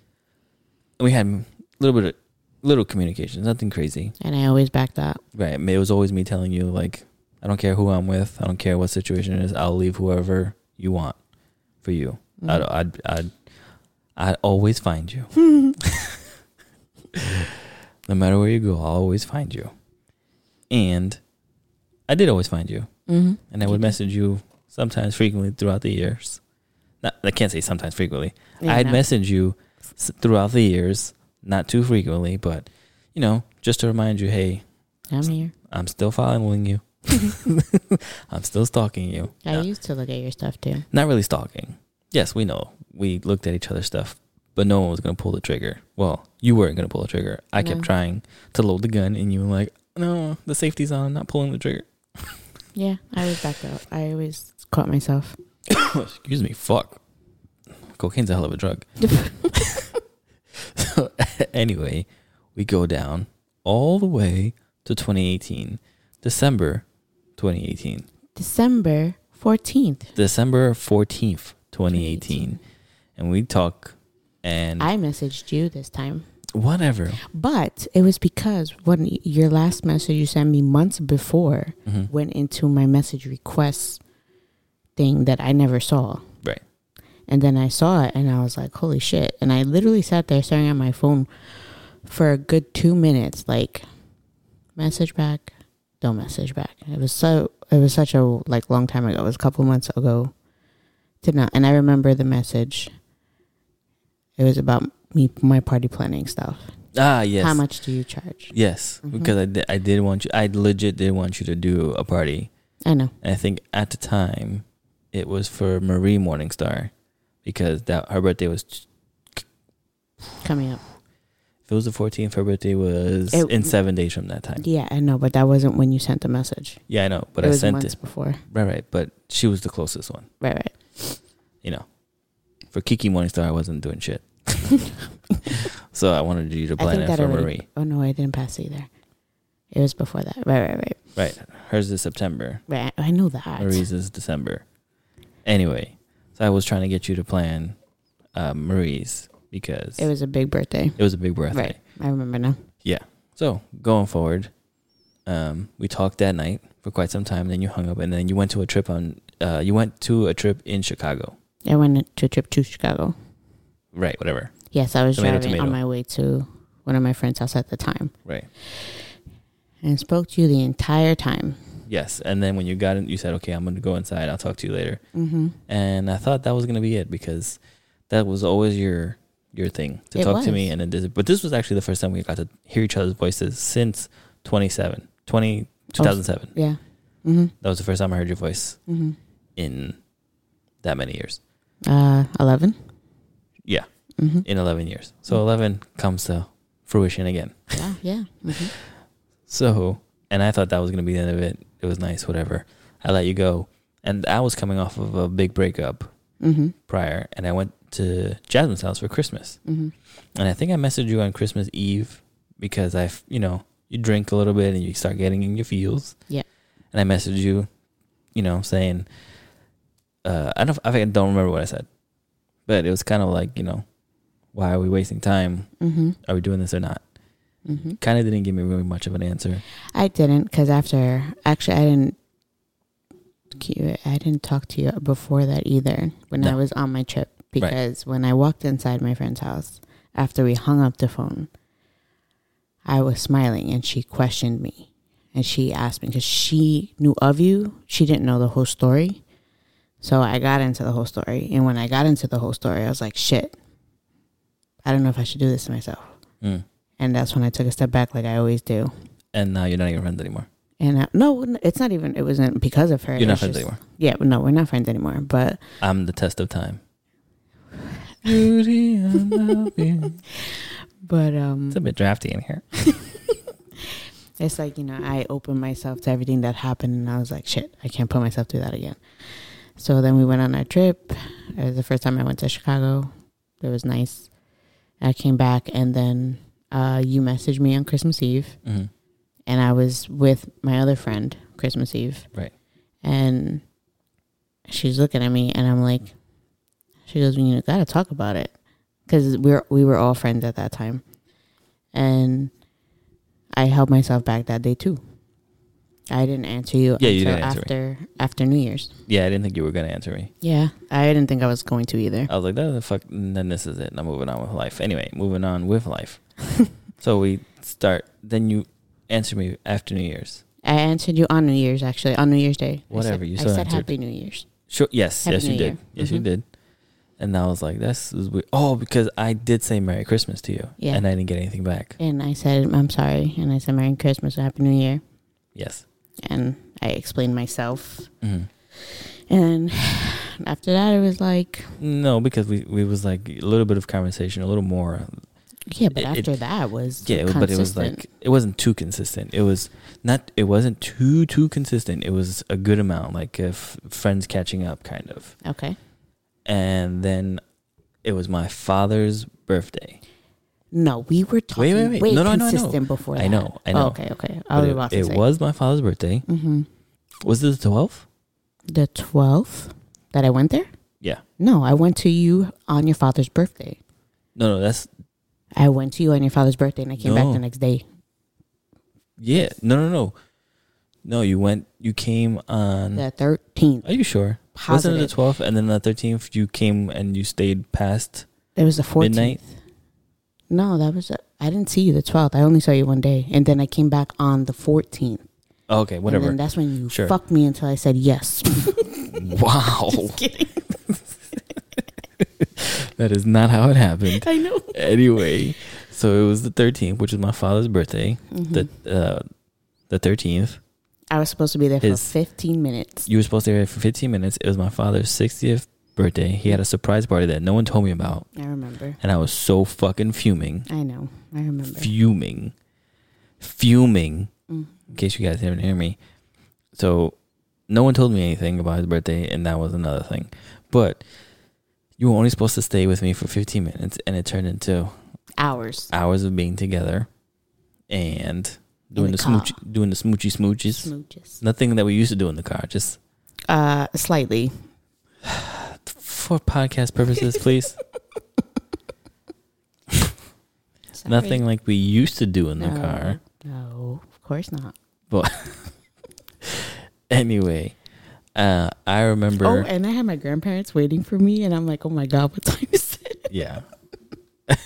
S3: We had a little bit of little communication, nothing crazy.
S4: And I always backed that.
S3: Right. It was always me telling you, like, I don't care who I'm with. I don't care what situation it is. I'll leave whoever you want for you.
S4: Mm-hmm.
S3: I'd, I'd, I'd, I'd always find you. no matter where you go, I'll always find you. And I did always find you.
S4: Mm-hmm.
S3: And I would message you sometimes frequently throughout the years. Not, I can't say sometimes frequently. I'd message you s- throughout the years, not too frequently, but, you know, just to remind you, hey,
S4: I'm here.
S3: I'm still following you. I'm still stalking you.
S4: I
S3: Yeah.
S4: used to look at your stuff too.
S3: Not really stalking. Yes, we know. We looked at each other's stuff, but no one was going to pull the trigger. Well, you weren't going to pull the trigger. I kept
S4: No.
S3: trying to load the gun, and you were like, no, the safety's on. I'm not pulling the trigger.
S4: Yeah, I always backed up. I always caught myself.
S3: Excuse me. Fuck. Cocaine's a hell of a drug. so, anyway, we go down all the way to 2018, December 2018.
S4: December 14th.
S3: December 14th, 2018. And we talk and
S4: I messaged you this time.
S3: whatever.
S4: But it was because when your last message you sent me months before
S3: Mhm.
S4: went into my message requests thing that I never saw.
S3: Right.
S4: And then I saw it and I was like, holy shit. And I literally sat there staring at my phone for a good two minutes, like message back, don't message back. It was so it was such a like long time ago. It was a couple months ago to now. And I remember the message. It was about me my party planning stuff.
S3: Ah, yes.
S4: How much Mm-hmm. do you charge?
S3: Yes, because I did, I did want you, I legit did want you to do a party.
S4: I know.
S3: And I think at the time it was for Marie Morningstar because that her birthday was,
S4: Coming up.
S3: if it was the 14th, her birthday was
S4: It-
S3: in seven days from that time.
S4: Yeah, I know, but that wasn't when you sent the message.
S3: Yeah, I know, but
S4: it
S3: I
S4: was
S3: sent
S4: months
S3: it.
S4: before.
S3: Right, right. But she was the closest one,
S4: Right, right.
S3: you know. For Kiki Morningstar, I wasn't doing shit. so I wanted you to plan it for
S4: already-
S3: Marie.
S4: Oh no, I didn't pass either. It was before that. Right, right, right.
S3: Right. Hers is September.
S4: Right. I know that.
S3: Marie's is December. Anyway, so I was trying to get you to plan uh, Marie's because
S4: It was a big birthday.
S3: a big birthday.
S4: Right. I remember now.
S3: So going forward, um, we talked that night for quite some time. Then you hung up, and then you went to a trip on. Uh, you went to a trip in Chicago.
S4: I went to a trip to Chicago.
S3: Right. Whatever.
S4: Yes, I was
S3: Tomato,
S4: driving
S3: tomato.
S4: on my way to one of my friend's house at the time
S3: Right.
S4: and spoke to you the entire time.
S3: Yes. And then when you got in, you said, "Okay, I'm going to go inside. I'll talk to you later."
S4: Mm-hmm.
S3: And I thought that was going to be it because that was always your your thing to
S4: It
S3: talk to
S4: was.
S3: me, and it did. But this was actually the first time we got to hear each other's voices since 27,
S4: Oh.
S3: 20, 2007.
S4: Yeah. hmm
S3: That was the first time I heard your voice
S4: hmm
S3: in that many years.
S4: Uh, 11.
S3: Yeah,
S4: Mm-hmm.
S3: in 11 years. So 11 comes to fruition again.
S4: Wow. Yeah. hmm
S3: So, and I thought that was going to be the end of it. It was nice, whatever. I let you go. And I was coming off of a big breakup
S4: hmm
S3: prior, and I went to Jasmine's house for Christmas.
S4: hmm
S3: And I think I messaged you on Christmas Eve because I, f- you know, you drink a little bit and you start getting in your feels.
S4: Yeah.
S3: And I messaged you, you know, saying, uh, I don't, I think I don't remember what I said, but it was kind of like, you know, why are we wasting time?
S4: hmm
S3: Are we doing this or not?
S4: hmm
S3: Kind of didn't give me really much of an answer.
S4: I didn't because after actually I didn't I didn't talk to you before that either when I
S3: No.
S4: was on my trip because when I walked inside my friend's house after we hung up the phone I was smiling and she questioned me and she asked me because she knew of you she didn't know the whole story so I got into the whole story and when I got into the whole story I was like shit I don't know if I should do this to myself
S3: Mm.
S4: and that's when I took a step back like I always do
S3: And now you're not even friends anymore.
S4: and I, no, it's not even. It wasn't because of her.
S3: You're not
S4: It's
S3: friends
S4: just-
S3: anymore.
S4: Yeah, but no, we're not friends anymore. But
S3: I'm the test of time. Beauty and the Beast.
S4: but um,
S3: it's a bit drafty in here.
S4: it's like you know, I opened myself to everything that happened, and I was like, shit, I can't put myself through that again. So then we went on our trip. It was the first time I went to Chicago. It was nice. I came back, and then uh, you messaged me on Christmas Eve,
S3: hmm
S4: and I was with my other friend Christmas Eve.
S3: Right.
S4: And she's looking at me, and I'm like, she goes, "We gotta talk about it," because we're we were all friends at that time, and I held myself back that day too. I didn't answer you
S3: Yeah, you
S4: until
S3: didn't answer me.
S4: after after New Year's.
S3: Yeah, I didn't think you were going to answer me.
S4: Yeah, I didn't think I was going to either.
S3: I was like, that the fuck. And then this is it. And I'm moving on with life. Anyway, moving on with life. so we start. Then you answer me after New Year's.
S4: I answered you on New Year's actually on New Year's Day. I
S3: Whatever,
S4: said-
S3: you
S4: I
S3: still
S4: said
S3: answered.
S4: Happy New Year's.
S3: Sure. Yes.
S4: Happy
S3: yes,
S4: New
S3: you
S4: Year.
S3: did. Yes, you
S4: Mhm.
S3: did. And I was like, this is weird. Oh, because I did say Merry Christmas to you.
S4: Yeah.
S3: And I didn't get anything back.
S4: And I said, I'm sorry. And I said, Merry Christmas, or Happy New Year.
S3: Yes.
S4: And I explained myself.
S3: Mhm.
S4: And after that, it was like,
S3: No, because we, we was like a little bit of conversation, a little more.
S4: yeah, but
S3: It-
S4: after
S3: it-
S4: that was
S3: Yeah,
S4: consistent.
S3: but it was like it wasn't too consistent. It was not. It wasn't too too consistent. It was a good amount, like if friends catching up, kind of.
S4: okay.
S3: and then it was my father's birthday.
S4: No, we were talking
S3: wait, wait.
S4: way
S3: No, no, no, I know.
S4: consistent before.
S3: I
S4: that.
S3: know, I
S4: Oh,
S3: know.
S4: okay, okay. I
S3: But
S4: was
S3: it
S4: about to
S3: it
S4: say
S3: was my father's birthday.
S4: Mhm.
S3: Was it the 12th?
S4: the twelfth that I went there.
S3: Yeah.
S4: No, I went to you on your father's birthday.
S3: No, no, that's
S4: I went to you on your father's birthday, and I came back
S3: No.
S4: the next day.
S3: yeah. No, no, no, no. You went. You came on.
S4: The thirteenth.
S3: Are you sure? Wasn't it the
S4: Positive.
S3: 12th? And then the 13th, you came and you stayed past.
S4: It was the
S3: Midnight?
S4: fourteenth. No, that was. I I didn't see you the twelfth. I only saw you one day, and then I came back on the fourteenth.
S3: Oh, okay, whatever.
S4: And then that's when you
S3: Sure.
S4: fucked me until I said yes.
S3: wow. that is not how it happened.
S4: I know.
S3: anyway, so it was the 13th, which is my father's birthday.
S4: Hmm.
S3: The uh, the 13th.
S4: Mm-hmm. I was supposed to be there for
S3: His-
S4: 15 minutes.
S3: You were supposed to be there for 15 minutes. It was my father's 60th birthday. He had a surprise party that no one told me about,
S4: I remember.
S3: and I was so fucking fuming,
S4: I know. I remember.
S3: fuming, fuming.
S4: Mm.
S3: In case you guys didn't hear me, so no one told me anything about his birthday, and that was another thing. But you were only supposed to stay with me for 15 minutes, and it turned into
S4: Hours.
S3: hours of being together and doing
S4: the
S3: the, smooch,
S4: car.
S3: doing the smoochy smooches.
S4: Smooches.
S3: Nothing that we used to do in the car, just
S4: Uh, slightly.
S3: for podcast purposes, please.
S4: Sorry.
S3: Nothing like we used to do in the
S4: No.
S3: car.
S4: No, of course not.
S3: Anyway, uh, I remember.
S4: Oh, and I had my grandparents waiting for me, and I'm like, oh my God, what time is it?
S3: yeah.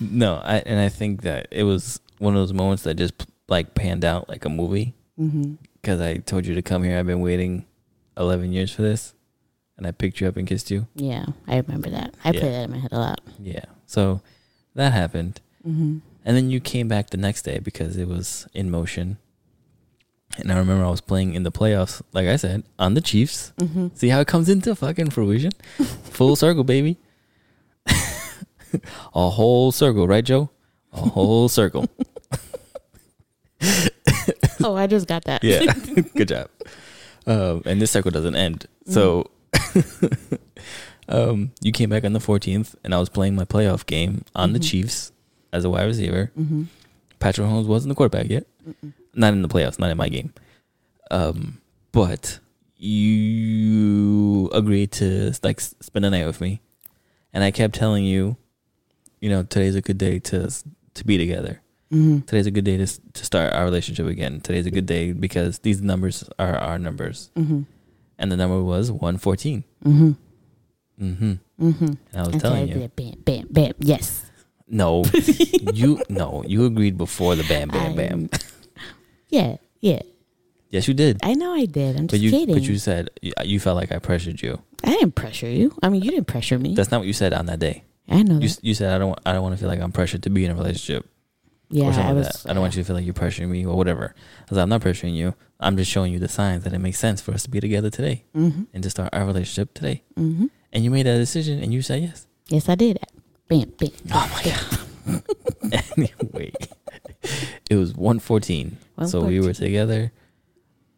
S3: no, I and I think that it was one of those moments that just like panned out like a movie
S4: Mm-hmm.
S3: because I told you to come here. I've been waiting eleven years for this. and I picked you up and kissed you.
S4: Yeah, I remember that. I
S3: Yeah.
S4: play that in my head a lot.
S3: Yeah. So that happened.
S4: Mm-hmm.
S3: And then you came back the next day because it was in motion. And I remember I was playing in the playoffs, like I said, on the Chiefs.
S4: Mm-hmm.
S3: See how it comes into fucking fruition? Full circle, baby. A whole circle, right, Joe? A whole circle.
S4: Oh, I just got that.
S3: Yeah. Good job. Um, and this cycle doesn't end. So um, you came back on the 14th, and I was playing my playoff game on the
S4: Mhm.
S3: Chiefs as a wide receiver.
S4: Mm-hmm.
S3: Patrick Holmes wasn't the quarterback yet. Not in the playoffs, not in my game. Um, but you agreed to like s- spend the night with me, and I kept telling you, you know, today's a good day to s- to be together.
S4: Mm-hmm.
S3: Today's a good day to s- to start our relationship again. Today's a good day because these numbers are our numbers,
S4: Mm-hmm.
S3: and the number was one fourteen.
S4: Mm-hmm.
S3: Mm-hmm.
S4: Mm-hmm.
S3: I was telling you,
S4: Bam, bam, bam. Yes.
S3: no, you no, you agreed before the bam, bam, bam.
S4: Yeah. Yeah.
S3: Yes, you did.
S4: I know I did. I'm just
S3: But you,
S4: kidding.
S3: but you said you- you felt like I pressured you.
S4: I didn't pressure you. I mean, you didn't pressure me.
S3: That's not what you said on that day.
S4: I know.
S3: You,
S4: that.
S3: s- you said I don't want, I don't want to feel like I'm pressured to be in a relationship
S4: Yeah,
S3: or something
S4: I was.
S3: like that. I don't want you to feel like you're pressuring me or whatever. I was like, I'm not pressuring you. I'm just showing you the signs that it makes sense for us to be together today
S4: Mm-hmm.
S3: and to start our relationship today.
S4: Mm-hmm.
S3: And you made that decision and you said yes.
S4: Yes, I did. Bam, bam.
S3: Oh my god. anyway, it was 114. So we were
S4: 114.
S3: together.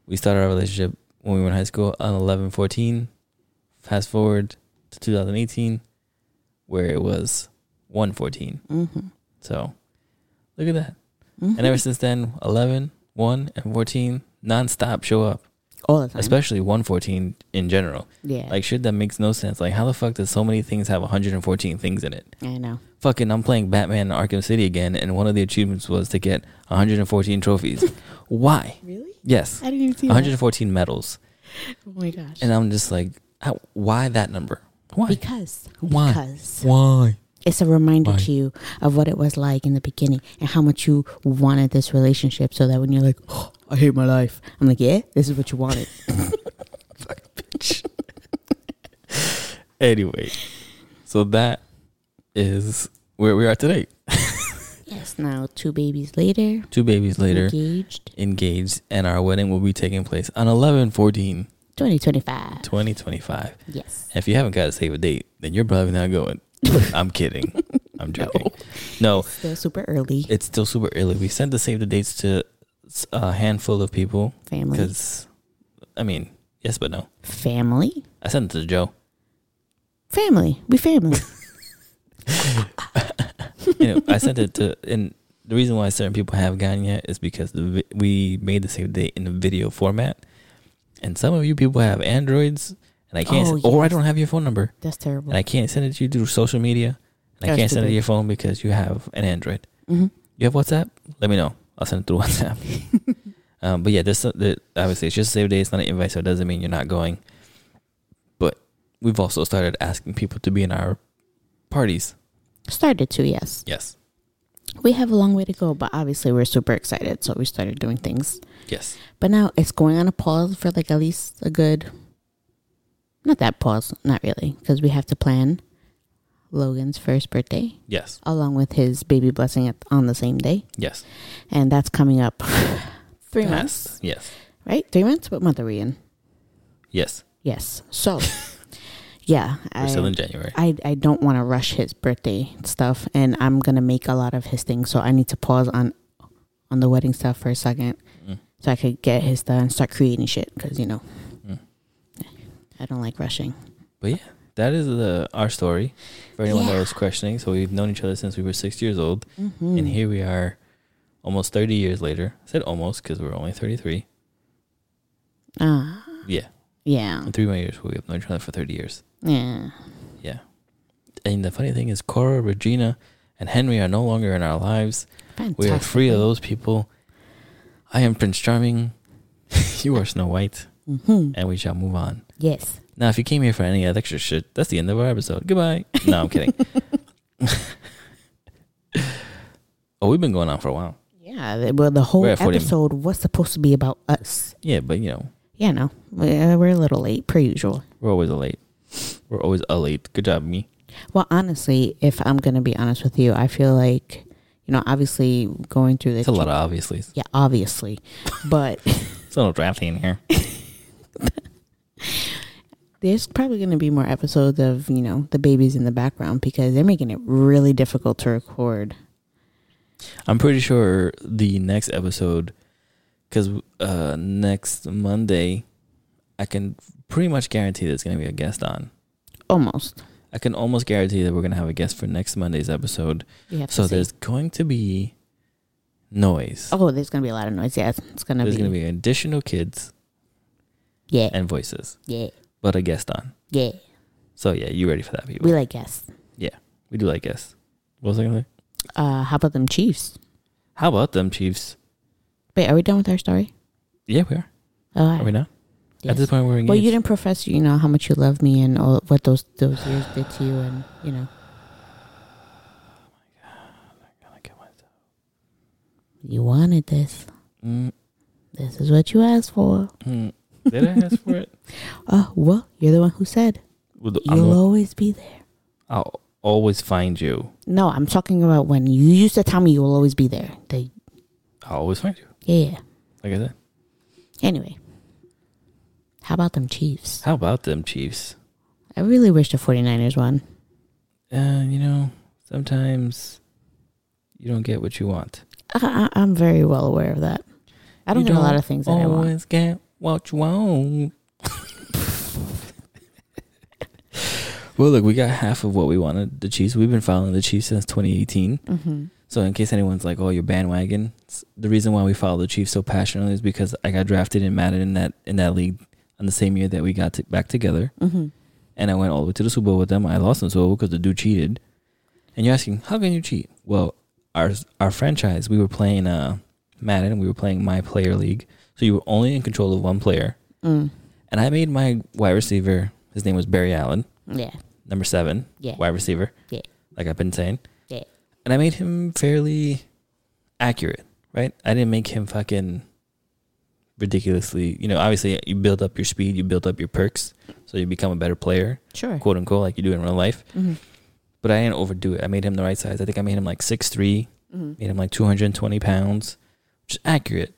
S3: We started our relationship when we were in high school on 11 14. Fast forward to 2018 where it was 114.
S4: Mm-hmm.
S3: So look at that.
S4: Mm-hmm.
S3: And ever since then, 11, 1 and 14 nonstop show up,
S4: all the time.
S3: especially 114 in general.
S4: yeah,
S3: Like shit that makes no sense. Like how the fuck does so many things have 114 things in it?
S4: I know.
S3: fucking I'm playing Batman in Arkham City again, and one of the achievements was to get 114 trophies. Why?
S4: Really?
S3: Yes,
S4: I didn't even see
S3: 114 medals,
S4: that. Oh my gosh.
S3: and I'm just like, how, why that number? Why?
S4: because
S3: Why?
S4: because
S3: Why?
S4: it's a reminder
S3: Why?
S4: to you of what it was like in the beginning and how much you wanted this relationship. So that when you're like, oh, I hate my life, I'm like, yeah, this is what you wanted.
S3: Anyway, so that is where we are today.
S4: yes. Now two babies later,
S3: Two babies later,
S4: engaged,
S3: engaged, and our wedding will be taking place on 11 14
S4: 2025.
S3: 2025.
S4: Yes.
S3: If you haven't got to save a date, then you're probably not going. I'm kidding. I'm joking. no
S4: Still super early
S3: it's still super early. We sent the save the dates to uh, a handful of people
S4: family.
S3: because, I mean, yes, but no.
S4: Family.
S3: I sent it to Joe.
S4: Family. We family.
S3: You know, I sent it to, and the reason why certain people have gotten yet is because the, vi- we made the save the date in a video format, and some of you people have androids, and I can't,
S4: Oh,
S3: s- or I
S4: yes.
S3: don't have your phone number,
S4: That's
S3: and
S4: terrible.
S3: I can't send it to you through social media, and I
S4: That's
S3: can't send it to
S4: stupid.
S3: your phone because you have an Android.
S4: hmm
S3: You have WhatsApp? Let me know. I'll send it through WhatsApp. um, but yeah, this the, obviously it's just a save day. It's not an invite, so it doesn't mean you're not going. But we've also started asking people to be in our parties.
S4: Started to yes.
S3: Yes,
S4: We have a long way to go, but obviously we're super excited, so we started doing things.
S3: yes.
S4: But now it's going on a pause for like at least a good, not that pause, not really, because we have to plan Logan's first birthday
S3: Yes,
S4: along with his baby blessing at, on the same day,
S3: yes,
S4: and that's coming up three
S3: yes,
S4: months,
S3: yes,
S4: right? Three months. What month are we in?
S3: yes.
S4: Yes. So, yeah,
S3: We're still in January.
S4: I, I don't want to rush his birthday stuff and I'm gonna make a lot of his things so I need to pause on on the wedding stuff for a second
S3: Mm.
S4: so I could get his stuff and start creating shit because you know
S3: Mm.
S4: I don't like rushing
S3: that is the our story. For anyone that
S4: Yeah.
S3: was questioning, so we've known each other since we were six years old,
S4: mm-hmm.
S3: and here we are, almost thirty years later. I said almost because we're only thirty-three.
S4: ah
S3: Yeah,
S4: yeah
S3: in three more years we'll have known each other for thirty years.
S4: yeah
S3: Yeah. And the funny thing is, Cora, Regina, and Henry are no longer in our lives.
S4: fantastic
S3: We are free of those people. I am Prince Charming. you are Snow White.
S4: Mhm.
S3: And we shall move on.
S4: yes
S3: Now, if you came here for any of that extra shit, that's the end of our episode. Goodbye. No, I'm kidding. oh, we've been going on for a while.
S4: yeah th- well the whole
S3: We're at 40 minutes.
S4: episode was supposed to be about us
S3: Yeah, but you know,
S4: yeah no we're, we're uh, a little late per usual
S3: we're always late. We're always a late. Good job, me.
S4: Well, honestly, if I'm gonna be honest with you, I feel like you know, obviously going through the
S3: It's a lot of obviously.
S4: yeah, obviously, but
S3: It's a little drafty in here.
S4: there's probably gonna be more episodes of you know the babies in the background because they're making it really difficult to record.
S3: I'm pretty sure the next episode, because uh, next Monday, I can pretty much guarantee there's going to be a guest on.
S4: Almost,
S3: I can almost guarantee that we're going to have a guest for next Monday's episode.
S4: you have
S3: So
S4: to see.
S3: there's going to be noise.
S4: oh, there's gonna be a lot of noise. Yeah, it's gonna
S3: there's
S4: be,
S3: going to be additional kids
S4: yeah,
S3: and voices,
S4: yeah,
S3: but a guest on.
S4: yeah.
S3: So yeah, you ready for that, people?
S4: We like guests.
S3: We do like guests. What was I going to say?
S4: Uh, how about them Chiefs?
S3: How about them Chiefs?
S4: Wait, are we done with our story?
S3: Yeah, we are.
S4: Oh,
S3: Are we not?
S4: yes.
S3: At this point, we're engaged.
S4: Well, you didn't profess, you know, how much you love me and all, what those those years did to you, and you know, you wanted this.
S3: Mm,
S4: This is what you asked for.
S3: mm. Did I ask for it?
S4: Oh well, you're the one who said
S3: Well, the- I'm the
S4: you'll
S3: one-
S4: always be there.
S3: I'll always find you.
S4: No, I'm talking about when you used to tell me you will always be there. The,
S3: I'll always find you.
S4: yeah.
S3: Like I said.
S4: Anyway, how about them Chiefs?
S3: How about them Chiefs?
S4: I really wish the 49ers won.
S3: Uh, you know, sometimes you don't get what you want.
S4: I, I, I'm very well aware of that. I don't
S3: You
S4: get a lot of things that I want.
S3: Always get what you want. well, look, we got half of what we wanted. The Chiefs. We've been following the Chiefs since 2018.
S4: Mm-hmm.
S3: So in case anyone's like, "Oh, you're bandwagon," s- the reason why we follow the Chiefs so passionately is because I got drafted in Madden in that in that league on the same year that we got to, back together.
S4: Mm-hmm.
S3: and I went all the way to the Super Bowl with them. I lost in the Super Bowl because the dude cheated. And you're asking, how can you cheat? Well, our our franchise, we were playing uh, Madden, we were playing my player league, so you were only in control of one player.
S4: Mm.
S3: And I made my wide receiver. His name was Barry Allen,
S4: Yeah.
S3: number seven,
S4: Yeah.
S3: wide receiver.
S4: Yeah.
S3: Like I've been saying.
S4: Yeah.
S3: And I made him fairly accurate, right? I didn't make him fucking ridiculously. You know, obviously you build up your speed, you build up your perks, so you become a better player
S4: Sure.
S3: quote unquote, like you do in real life.
S4: Mhm.
S3: But I didn't overdo it. I made him the right size. I think I made him like 6'3,
S4: Mhm.
S3: made him like 220 pounds, which is accurate.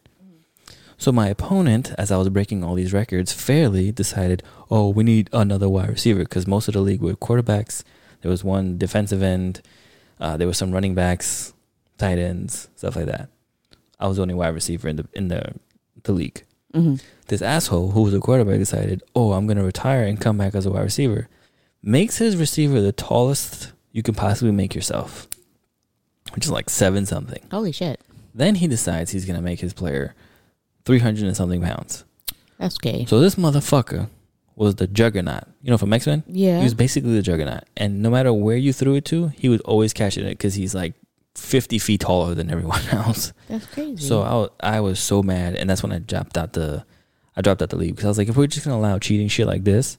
S3: So my opponent, as I was breaking all these records, fairly decided, oh, we need another wide receiver because most of the league were quarterbacks. There was one defensive end. Uh, there were some running backs, tight ends, stuff like that. I was the only wide receiver in the in the the league
S4: Mm-hmm.
S3: this asshole who was a quarterback decided, oh, I'm going to retire and come back as a wide receiver, makes his receiver the tallest you can possibly make yourself, which is like seven something.
S4: Holy shit.
S3: Then he decides he's going to make his player 300 and something pounds.
S4: That's gay.
S3: So this motherfucker was the juggernaut. You know, from X Men?
S4: Yeah.
S3: He was basically the juggernaut. And no matter where you threw it to, he would always catch it because he's like 50 feet taller than everyone else.
S4: That's crazy.
S3: So I, wa- I was so mad, and that's when I dropped out the, I dropped out the league because I was like, if we're just gonna allow cheating shit like this,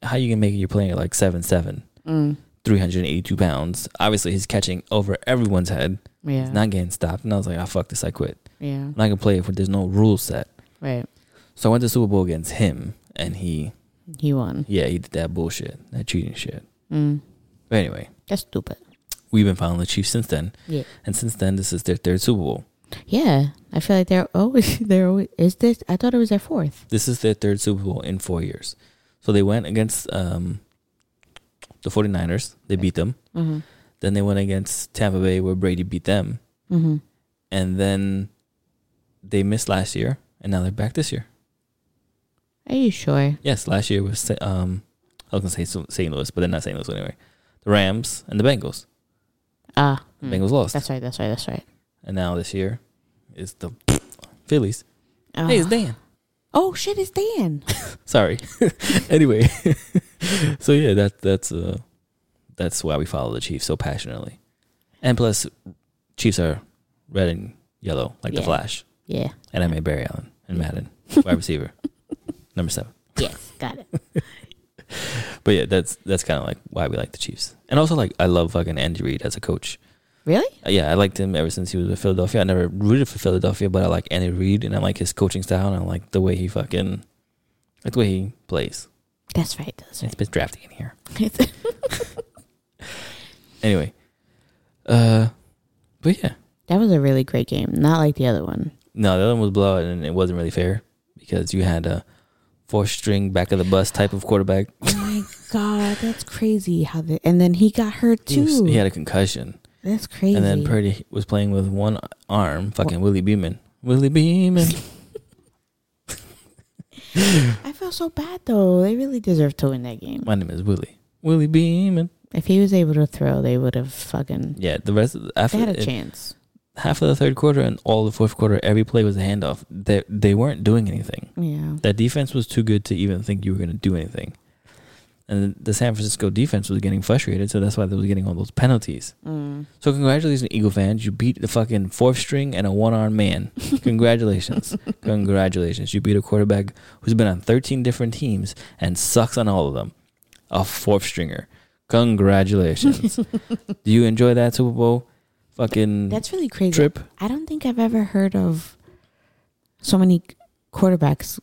S3: how you gonna make your player like seven seven,
S4: mm.
S3: 382 pounds? Obviously, he's catching over everyone's head.
S4: yeah.
S3: He's not getting stopped, and I was like, I fuck this, I quit.
S4: yeah.
S3: I'm not gonna play if there's no rule set.
S4: Right.
S3: So I went to Super Bowl against him, and he,
S4: He won.
S3: yeah, he did that bullshit, that cheating shit.
S4: Mm.
S3: But anyway,
S4: That's stupid.
S3: we've been following the Chiefs since then,
S4: Yeah.
S3: and since then this is their third Super Bowl.
S4: Yeah. I feel like they're always they're always is this I thought it was their fourth.
S3: This is their third Super Bowl in four years. So they went against um, the 49ers. They beat them.
S4: Mm-hmm.
S3: Then they went against Tampa Bay, where Brady beat them.
S4: Mm-hmm.
S3: And then they missed last year, and now they're back this year.
S4: Are you sure?
S3: Yes, last year was um, I was gonna say Su- St. Louis, but they're not St. Louis anyway. The Rams and the Bengals.
S4: Ah.
S3: The
S4: mm.
S3: Bengals lost,
S4: That's right, that's right, that's right.
S3: and now this year is the Phillies.
S4: Oh.
S3: Hey, it's Dan.
S4: oh shit, it's Dan.
S3: Sorry. anyway, so yeah, that that's uh, that's why we follow the Chiefs so passionately, and plus, Chiefs are red and yellow like the
S4: Yeah.
S3: Flash,
S4: yeah.
S3: and I made Barry Allen and Madden wide receiver number seven.
S4: Yes, got it.
S3: But yeah, that's that's kind of like why we like the Chiefs, and also like I love fucking Andy Reid as a coach.
S4: Really?
S3: Uh, Yeah, I liked him ever since he was with Philadelphia. I never rooted for Philadelphia, but I like Andy Reid and I like his coaching style and I like the way he fucking like the way he plays.
S4: That's right. That's
S3: It's a bit drafty in here.
S4: right.
S3: Anyway, uh, but yeah,
S4: that was a really great game. Not like the other one.
S3: no, the other one was blowout, and it wasn't really fair because you had a four string back of the bus type of quarterback.
S4: Oh my god, that's crazy how the and then he got hurt
S3: He,
S4: too.
S3: was- he had a concussion,
S4: that's crazy.
S3: and then Purdy was playing with one arm. Fucking Willie Beeman, Willie Beeman.
S4: I feel so bad though. They really deserve to win that game.
S3: My name is Willie. Willie Beeman.
S4: If he was able to throw, they would have fucking
S3: Yeah, the rest of the, after
S4: they had a
S3: it-
S4: chance.
S3: half of the third quarter and all the fourth quarter, every play was a handoff. They they weren't doing anything.
S4: Yeah.
S3: That defense was too good to even think you were going to do anything. And the San Francisco defense was getting frustrated, so that's why they was getting all those penalties.
S4: Mm.
S3: So congratulations, Eagle fans! You beat the fucking fourth string and a one-armed man. Congratulations, congratulations! You beat a quarterback who's been on thirteen different teams and sucks on all of them. A fourth stringer. Congratulations. Do you enjoy that Super Bowl fucking
S4: That's really crazy.
S3: trip?
S4: I don't think I've ever heard of so many quarterbacks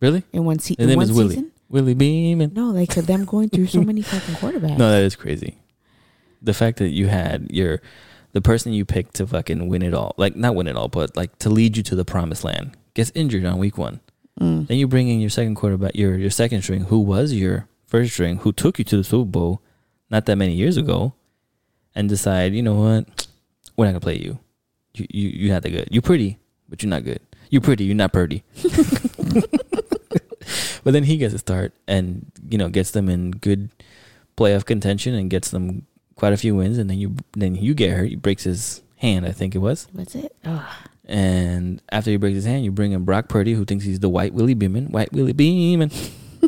S3: Really?
S4: in one, se-
S3: His
S4: in
S3: name
S4: one
S3: is Willie.
S4: season.
S3: Willie Beeman.
S4: No, like to them going through so many fucking quarterbacks.
S3: No, that is crazy. The fact that you had your the person you picked to fucking win it all, like not win it all, but like to lead you to the promised land, gets injured on week one.
S4: Mm.
S3: Then you bring in your second quarterback, your your second string, who was your first string, who took you to the Super Bowl not that many years ago, and decide, you know what, we're not gonna play you. You you you're not that good. You're pretty, but you're not good. You're pretty, you're not pretty. but then he gets a start, and you know gets them in good playoff contention and gets them quite a few wins, and then you then you get hurt. He breaks his hand, I think it was.
S4: What's it? Oh,
S3: And after he breaks his hand, you bring in Brock Purdy, who thinks he's the white Willie Beeman, white Willie Beeman.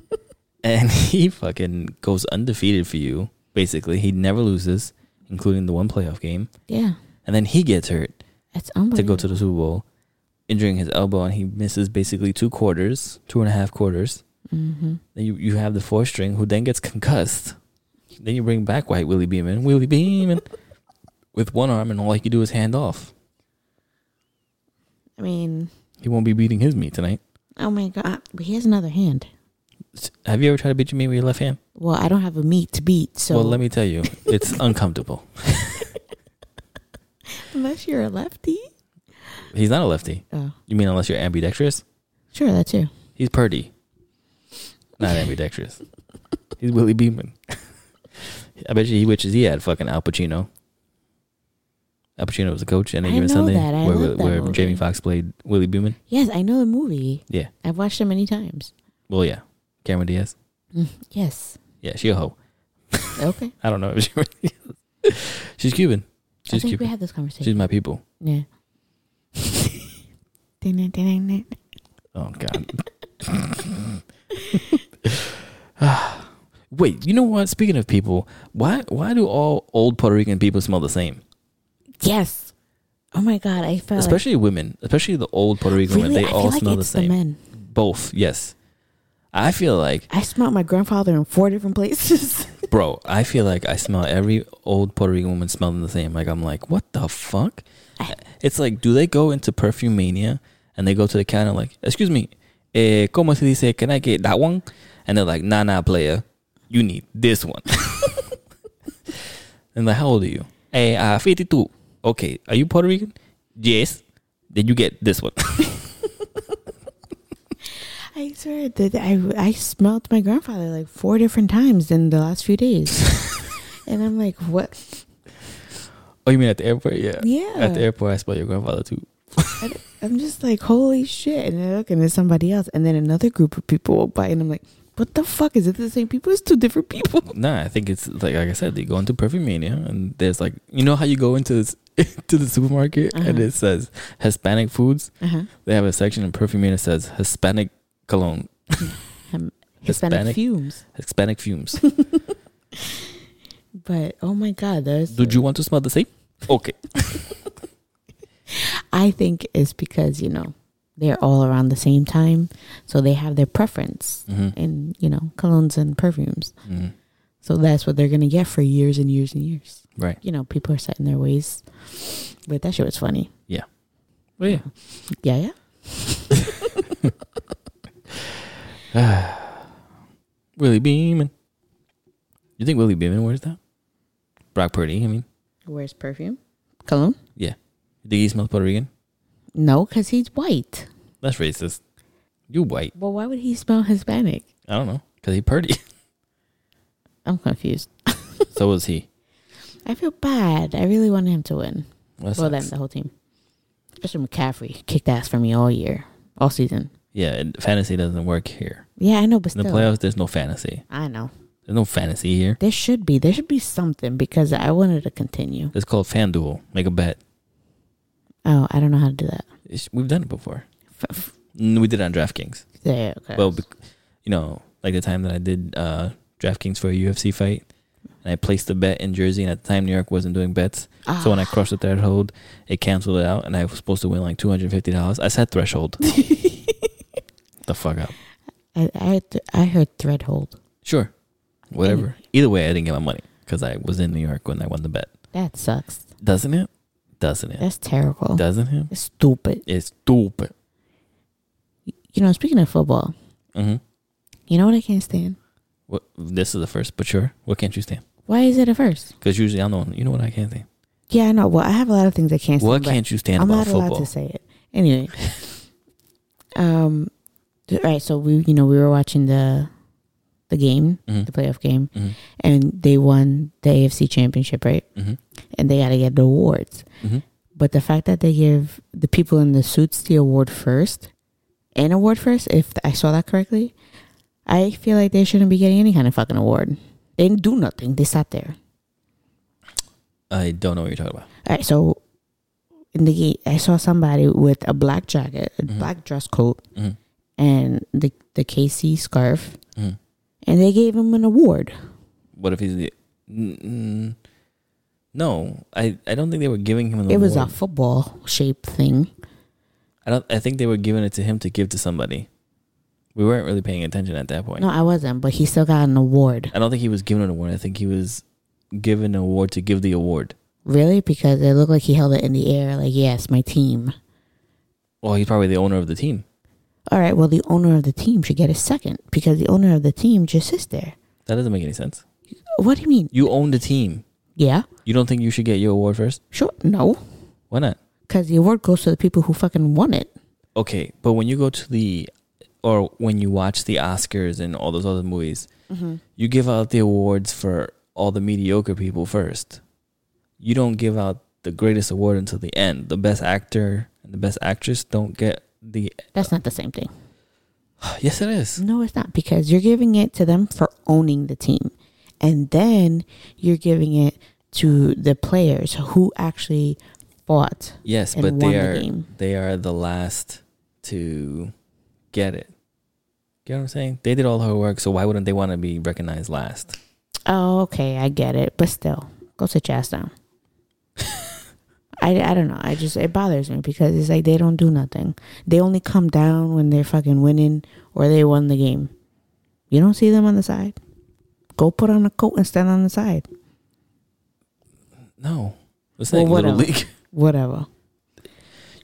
S3: and he fucking goes undefeated for you, basically. He never loses, including the one playoff game.
S4: yeah.
S3: And then he gets hurt
S4: That's
S3: to
S4: unbelievable.
S3: go to the Super Bowl, injuring his elbow, and he misses basically two quarters, two and a half quarters.
S4: hmm
S3: Then you, you have the four string, who then gets concussed. Then you bring back white Willie Beeman, Willie Beeman, with one arm, and all he can do is hand off.
S4: I mean,
S3: He won't be beating his meat tonight.
S4: oh my god, but he has another hand.
S3: Have you ever tried to beat your meat with your left hand?
S4: Well, I don't have a meat to beat, so
S3: well, let me tell you, it's uncomfortable.
S4: unless you're a lefty.
S3: He's not a lefty.
S4: Oh,
S3: You mean unless you're ambidextrous?
S4: sure, that too.
S3: He's Purdy, not ambidextrous. He's Willie Beeman. I bet you he wishes he had fucking Al Pacino. Al Pacino was the coach, and
S4: I
S3: they given
S4: know
S3: Sunday
S4: that. I
S3: where
S4: love that
S3: where
S4: movie.
S3: Jamie Foxx played Willie Beeman.
S4: Yes, I know the movie.
S3: Yeah.
S4: I've watched it many times.
S3: Well, yeah, Cameron Diaz.
S4: Yes.
S3: Yeah, she a hoe.
S4: Okay.
S3: I don't know if she really is. She's Cuban.
S4: I
S3: She's
S4: think we
S3: Cuban.
S4: had this
S3: She's
S4: conversation.
S3: my people.
S4: Yeah.
S3: Oh God. Wait, you know what? Speaking of people, why why do all old Puerto Rican people smell the same?
S4: yes. Oh my god, I felt
S3: especially women, especially the old Puerto
S4: like,
S3: Rican
S4: really,
S3: women. They
S4: I
S3: all
S4: feel like
S3: smell the
S4: it's
S3: same.
S4: The men.
S3: Both, yes. I feel like,
S4: I smelled my grandfather in four different places.
S3: bro, I feel like I smell every old Puerto Rican woman smelling the same. Like I'm like, what the fuck?
S4: I-
S3: It's like, do they go into perfume mania and they go to the counter like, excuse me, eh, como se dice? Can I get that one? And they're like, nah, nah, player, you need this one. and like, how old are you? Eh, uh, 52. Okay, are you Puerto Rican? Yes. Then you get this one.
S4: I swear that I I smelled my grandfather like four different times in the last few days, and I'm like, what?
S3: oh, you mean at the airport? Yeah.
S4: Yeah,
S3: At the airport, I smell your grandfather too.
S4: I'm just like, holy shit! And I look, and it's somebody else, and then another group of people walk by, and I'm like, what the fuck? Is it the same people? It's two different people.
S3: Nah, I think it's like like I said, they go into Perfect Mania and there's like you know how you go into this to the supermarket and
S4: Uh-huh.
S3: it says Hispanic foods.
S4: Uh huh.
S3: They have a section in Perfect Mania that says Hispanic cologne,
S4: Hispanic,
S3: Hispanic.
S4: fumes.
S3: Hispanic fumes.
S4: But oh my god, that's
S3: Did you want to smell the same? Okay.
S4: I think it's because you know they're all around the same time, so they have their preference
S3: hmm
S4: in you know colognes and perfumes.
S3: Mm-hmm.
S4: So that's what they're gonna get for years and years and years.
S3: Right.
S4: You know, people are set in their ways. But that shit was funny.
S3: Well, yeah.
S4: Yeah, yeah.
S3: Willie Beeman. You think Willie Beeman wears that? Brock Purdy, I mean.
S4: Where's perfume? Cologne?
S3: Yeah. You think he smells Puerto Rican?
S4: No, because he's white.
S3: That's racist. You white.
S4: Well, why would he smell Hispanic?
S3: I don't know. Because he Purdy.
S4: I'm confused.
S3: so was he.
S4: I feel bad. I really wanted him to win.
S3: That
S4: well,
S3: sucks.
S4: them, the whole team. Especially McCaffrey. Kicked ass for me all year, all season.
S3: Yeah, and fantasy doesn't work here.
S4: Yeah, I know, but
S3: In
S4: still.
S3: the playoffs, there's no fantasy.
S4: I know.
S3: There's no fantasy here.
S4: There should be. There should be something because I wanted to continue.
S3: It's called FanDuel. Make a bet.
S4: Oh, I don't know how to do that.
S3: It's- we've done it before.
S4: F- f-
S3: Mm, We did it on DraftKings.
S4: There, okay.
S3: Well, bec- you know, like the time that I did uh, DraftKings for a UFC fight, and I placed the bet in Jersey, and at the time New York wasn't doing bets.
S4: Ah.
S3: So when I crossed the threshold, it canceled it out, and I was supposed to win like two hundred fifty dollars. I said threshold. the fuck up.
S4: I I, th- I heard Threadhold.
S3: Sure, whatever. Either way, I didn't get my money because I was in New York when I won the bet.
S4: That sucks.
S3: Doesn't it? Doesn't it?
S4: That's terrible.
S3: Doesn't it?
S4: That's stupid.
S3: It's stupid.
S4: You know, speaking of football,
S3: Mm-hmm.
S4: you know what I can't stand?
S3: What, this is the first, but sure. What can't you stand?
S4: Why is it a first?
S3: Because usually I'm the one. You know what I can't stand.
S4: Yeah, I know. Well, I have a lot of things I can't
S3: What
S4: stand. but
S3: can't you stand
S4: I'm
S3: about
S4: not
S3: football?
S4: allowed to say it. Anyway. um th- all right, so we you know, we were watching the the game,
S3: Mhm.
S4: the playoff game,
S3: Mhm.
S4: and they won the AFC championship, right?
S3: Mhm.
S4: And they gotta get the awards.
S3: Mhm.
S4: But the fact that they give the people in the suits the award first, an award first, if I saw that correctly, I feel like they shouldn't be getting any kind of fucking award. They didn't do nothing. They sat there.
S3: I don't know what you're talking about.
S4: All right, so in the gate, I saw somebody with a black jacket, a
S3: Mm-hmm.
S4: black dress coat,
S3: Mhm.
S4: and the the KC scarf,
S3: Mhm.
S4: and they gave him an award.
S3: What if he's the? N- n- No, I, I don't think they were giving him an
S4: It was a
S3: award.
S4: football shaped thing.
S3: I don't. I think they were giving it to him to give to somebody. We weren't really paying attention at that point.
S4: No, I wasn't, but he still got an award.
S3: I don't think he was given an award. I think he was given an award to give the award.
S4: Really, because it looked like he held it in the air, like yes, my team.
S3: Well, he's probably the owner of the team.
S4: All right, well, the owner of the team should get a second because the owner of the team just sits there.
S3: That doesn't make any sense.
S4: What do you mean?
S3: You own the team.
S4: Yeah,
S3: You don't think you should get your award first?
S4: sure, no,
S3: Why not?
S4: because the award goes to the people who fucking won it.
S3: Okay, but when you go to the or when you watch the Oscars and all those other movies, you give out the awards for all the mediocre people first. You don't give out the greatest award until the end. The best actor and the best actress don't get the
S4: That's not the same thing.
S3: Yes it is.
S4: No, it's not because you're giving it to them for owning the team. And then you're giving it to the players who actually fought.
S3: Yes,
S4: And
S3: but
S4: won
S3: they
S4: the
S3: are
S4: game.
S3: they are the last to get it. Get what I'm saying? They did all her work, so why wouldn't they want to be recognized last?
S4: Oh, okay, I get it. But still, go sit your ass down. I, I don't know. I just, it bothers me because it's like they don't do nothing. They only come down when they're fucking winning or they won the game. You don't see them on the side. Go put on a coat and stand on the side.
S3: No. It's
S4: Well,
S3: like
S4: what
S3: Little
S4: else?
S3: League.
S4: Whatever.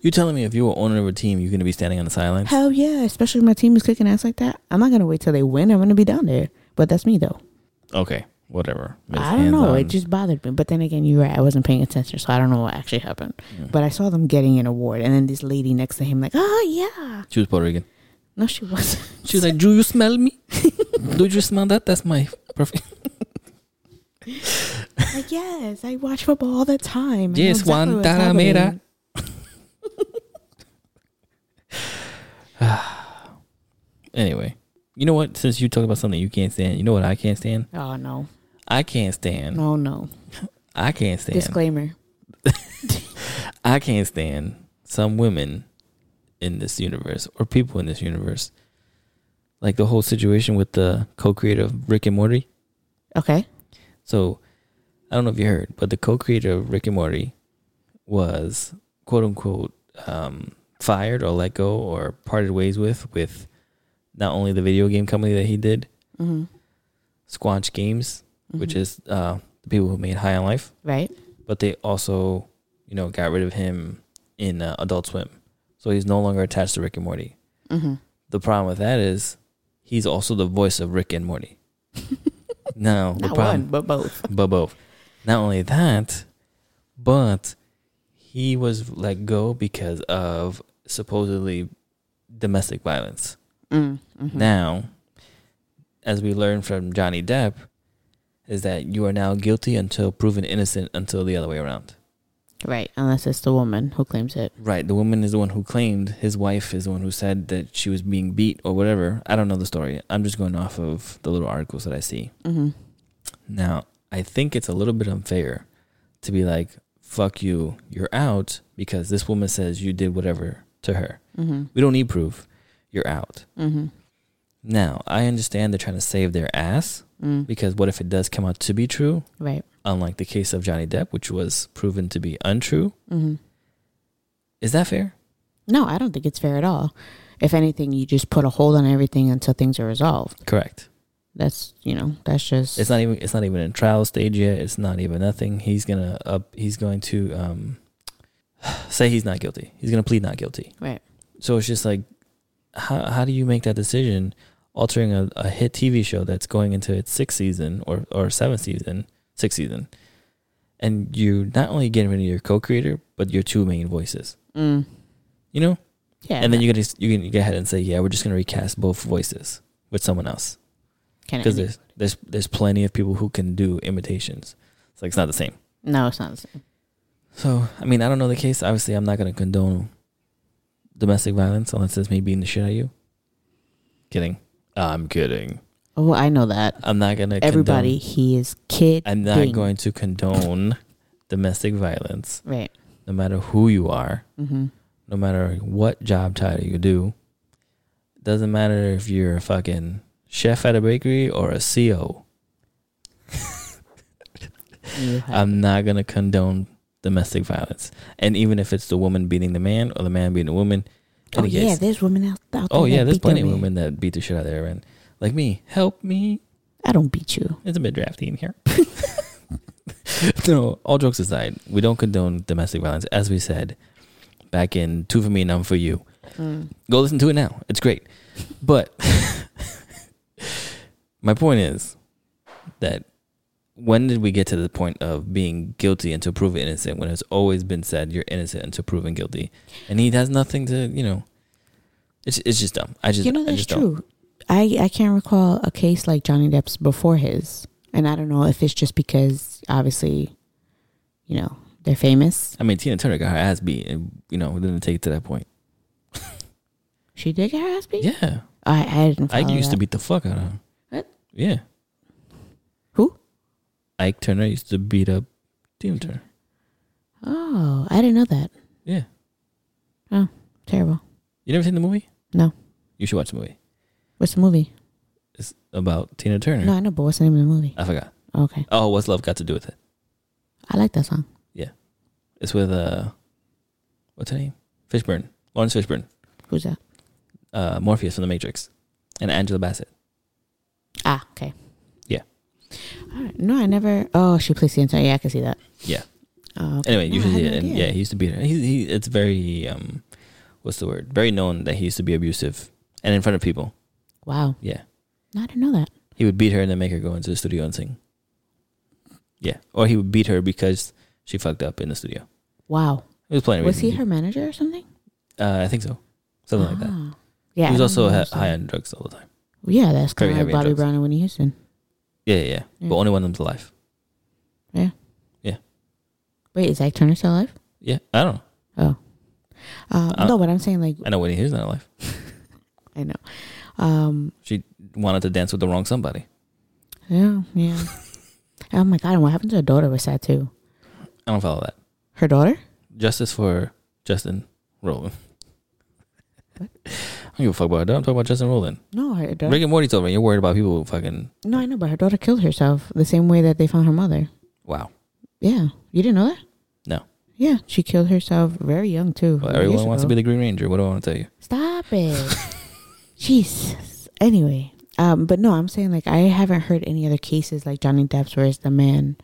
S3: You telling me if you were owner of a team, you're gonna be standing on the sidelines?
S4: Hell yeah, especially if my team is kicking ass like that. I'm not gonna wait till they win. I'm gonna be down there. But that's me though.
S3: Okay, whatever. Miss
S4: I don't know. It
S3: Hands-on.
S4: just bothered me. But then again, you're right. I wasn't paying attention, so I don't know what actually happened. But I saw them getting an award, and then this lady next to him, like, oh yeah,
S3: she was Puerto Rican.
S4: no, she wasn't.
S3: She's like, "Do you smell me? Do you smell that? That's my perfume."
S4: like, yes, I watch football all the time. I know
S3: Yes,
S4: exactly what's
S3: Guantanamera.
S4: happening."
S3: Anyway, you know what? Since you talk about something you can't stand, you know what I can't stand?
S4: Oh no,
S3: I can't stand.
S4: no, no.
S3: I can't stand.
S4: Disclaimer.
S3: I can't stand some women in this universe or people in this universe. Like the whole situation with the co-creator of Rick and Morty.
S4: Okay.
S3: So I don't know if you heard, but the co-creator of Rick and Morty was quote unquote um, fired or let go or parted ways with with not only the video game company that he did,
S4: Mhm.
S3: Squanch Games, which
S4: Mhm.
S3: is uh, the people who made High on Life,
S4: right.
S3: but they also you know got rid of him in uh, Adult Swim, so he's no longer attached to Rick and Morty.
S4: Mm-hmm.
S3: The problem with that is he's also the voice of Rick and Morty. No, the
S4: Not
S3: problem-
S4: one, but both.
S3: but both. Not only that, but he was let go because of supposedly domestic violence.
S4: Mm,
S3: mm-hmm.
S4: mhm.
S3: Now, as we learned from Johnny Depp, is that you are now guilty until proven innocent until the other way around.
S4: Right, unless it's the woman who claims it.
S3: Right. The woman is the one who claimed his wife is the one who said that she was being beat or whatever. I don't know the story. I'm just going off of the little articles that I see.
S4: Mm-hmm.
S3: Now, I think it's a little bit unfair to be like, fuck you, you're out because this woman says you did whatever to her.
S4: Mm-hmm.
S3: We don't need proof. You're out.
S4: Mm-hmm.
S3: Now, I understand they're trying to save their ass
S4: Mm.
S3: because what if it does come out to be true?
S4: Right.
S3: Unlike the case of Johnny Depp, which was proven to be untrue.
S4: Mm-hmm.
S3: Is that fair?
S4: No, I don't think it's fair at all. If anything, you just put a hold on everything until things are resolved.
S3: Correct.
S4: That's you know, that's just
S3: It's not even it's not even in trial stage yet. It's not even nothing. He's gonna up he's going to um say he's not guilty. He's gonna plead not guilty.
S4: right.
S3: So it's just like, how how do you make that decision? Altering a, a hit TV show that's going into its sixth season or or seventh season, sixth season, and you not only getting rid of your co-creator but your two main voices.
S4: Mm.
S3: You know,
S4: Yeah.
S3: and then you're gonna you're gonna go ahead and say, yeah, we're just gonna recast both voices with someone else
S4: can
S3: because there's there's there's plenty of people who can do imitations. It's like it's not the same.
S4: no, it's not. the same.
S3: So I mean, I don't know the case. Obviously, I'm not gonna condone domestic violence unless it's me beating the shit out of you. Kidding. I'm kidding.
S4: Oh, I know that.
S3: I'm not gonna
S4: Everybody, he is kid.
S3: Condone, I'm not going to condone domestic violence,
S4: Right.
S3: no matter who you are,
S4: Mm-hmm.
S3: no matter what job title you do. Doesn't matter if you're a fucking chef at a bakery or a CO.
S4: You have,
S3: I'm not gonna condone domestic violence. And even if it's the woman beating the man or the man beating the woman,
S4: oh
S3: any
S4: yeah,
S3: case,
S4: there's women out, out there.
S3: Oh yeah,
S4: that
S3: there's
S4: beat
S3: plenty
S4: their
S3: of
S4: man.
S3: women that beat the shit out of their man. Like me, help me.
S4: I don't beat you.
S3: It's a bit drafty in here. no, all jokes aside, we don't condone domestic violence, as we said back in Two for Me, None for You.
S4: Mm.
S3: Go listen to it now. It's great. But my point is that when did we get to the point of being guilty until proven innocent when it's always been said you're innocent until proven guilty? And he has nothing to, you know, it's, it's just dumb. I just,
S4: You know
S3: I
S4: that's
S3: just don't.
S4: true. I I can't recall a case like Johnny Depp's before his, and I don't know if it's just because obviously, you know, they're famous.
S3: I mean, Tina Turner got her ass beat, and you know, didn't take it to that point.
S4: She did get her ass beat.
S3: Yeah,
S4: I I didn't.
S3: Ike
S4: follow
S3: used to
S4: that.
S3: beat the fuck out of her.
S4: What?
S3: Yeah,
S4: who?
S3: Ike Turner used to beat up Tina Turner.
S4: Oh, I didn't know that. Oh,
S3: Yeah,
S4: Terrible.
S3: you never seen the movie?
S4: No.
S3: you should watch the movie.
S4: What's the movie?
S3: It's about Tina Turner.
S4: No, I know, but what's the name of the movie?
S3: I forgot.
S4: Okay,
S3: Oh, what's love got to do with it?
S4: I like that song.
S3: It's with uh, what's her name? Fishburne, Lawrence Fishburne,
S4: Who's that?
S3: uh, Morpheus from The Matrix, and Angela Bassett.
S4: Ah, okay.
S3: Yeah.
S4: All right. No, I never. Oh, she plays the entire. Yeah, I can see that.
S3: Yeah.
S4: Oh, okay.
S3: Anyway,
S4: No, I
S3: usually,
S4: had no
S3: and
S4: idea.
S3: yeah, he used to beat her. He, he, it's very, um, what's the word? Very known that he used to be abusive and in front of people.
S4: Wow.
S3: Yeah.
S4: No, I didn't know that.
S3: He would beat her and then make her go into the studio and sing. Yeah. Or he would beat her because she fucked up in the studio.
S4: Wow.
S3: It was plenty of
S4: Was he
S3: reasons.
S4: her manager or something?
S3: Uh, I think so. Something like that.
S4: Ah. Yeah.
S3: he was
S4: I
S3: also
S4: remember
S3: ha-
S4: seeing-
S3: high on drugs all the time.
S4: Yeah, that's
S3: very
S4: kind of
S3: heavy
S4: like
S3: on
S4: Bobby
S3: drugs.
S4: Brown and Winnie Houston.
S3: Yeah, yeah, yeah.
S4: Yeah.
S3: But only one of them's alive.
S4: Wait, is Ike Turner still alive?
S3: Yeah. I don't know.
S4: Oh. Uh,
S3: Uh,
S4: no, but I'm saying like
S3: I know Whitney Houston's not alive.
S4: I know. Um.
S3: She wanted to dance with the wrong somebody.
S4: Yeah. Yeah. oh my God! And what happened to her daughter was sad too.
S3: I don't follow that.
S4: Her daughter?
S3: Justice for Justin Roland. I don't give a fuck about that. I'm talking about Justin Roland.
S4: No, her daughter.
S3: Rick and Morty's over and you're worried about people who fucking.
S4: No, I know, but her daughter killed herself the same way that they found her mother.
S3: Wow.
S4: Yeah. You didn't know that?
S3: No.
S4: Yeah, she killed herself very young too.
S3: Well,
S4: years
S3: everyone wants to be
S4: ago.
S3: the Green Ranger. What do I want to tell you?
S4: Stop it. Jesus. Anyway, um, but no, I'm saying like I haven't heard any other cases like Johnny Depp's where it's the man.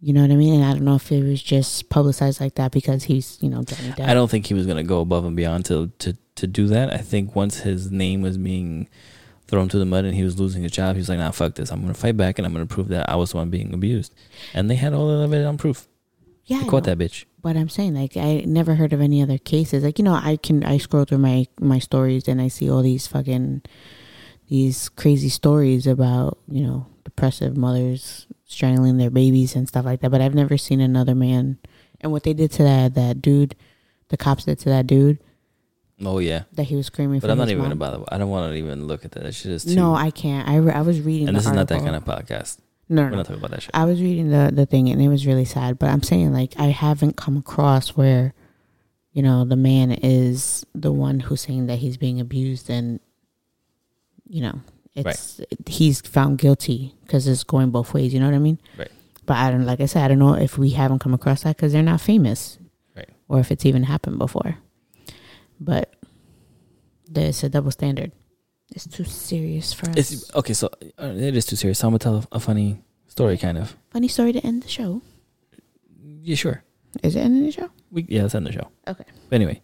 S4: You know what I mean? And I don't know if it was just publicized like that because he's you know Johnny Depp.
S3: I don't think he was going to go above and beyond to, to to do that. I think once his name was being throw him to the mud and he was losing his job. He was like, nah, fuck this. I'm going to fight back and I'm going to prove that I was the one being abused. And they had all of it on proof.
S4: Yeah,
S3: They
S4: I
S3: caught
S4: know.
S3: that bitch.
S4: But I'm saying, like, I never heard of any other cases. Like, you know, I can I scroll through my my stories and I see all these fucking these crazy stories about you know depressive mothers strangling their babies and stuff like that. But I've never seen another man. And what they did to that that dude, the cops did to that dude
S3: Oh, yeah.
S4: that he was screaming.
S3: But
S4: for
S3: I'm not
S4: his
S3: even going to
S4: mom.
S3: bother. I don't want to even look at that. That shit is too.
S4: No, I can't. I, re- I was reading.
S3: and
S4: the
S3: this is not that
S4: article.
S3: kind of podcast.
S4: No, no,
S3: We're
S4: no.
S3: not talking about that shit.
S4: I was reading the the thing and it was really sad, but I'm saying like I haven't come across where you know the man is the one who's saying that he's being abused and you know it's he's found guilty because it's going both ways. You know what I mean?
S3: Right.
S4: But I don't like I said I don't know if we haven't come across that because they're not famous,
S3: Right.
S4: Or if it's even happened before. But there's a double standard. It's too serious for us.
S3: It's okay. So uh, it is too serious. So I'm gonna tell a funny story, kind of.
S4: Funny story to end the show.
S3: Yeah, sure.
S4: Is it ending the show?
S3: We yeah, let's end the show.
S4: Okay.
S3: But anyway,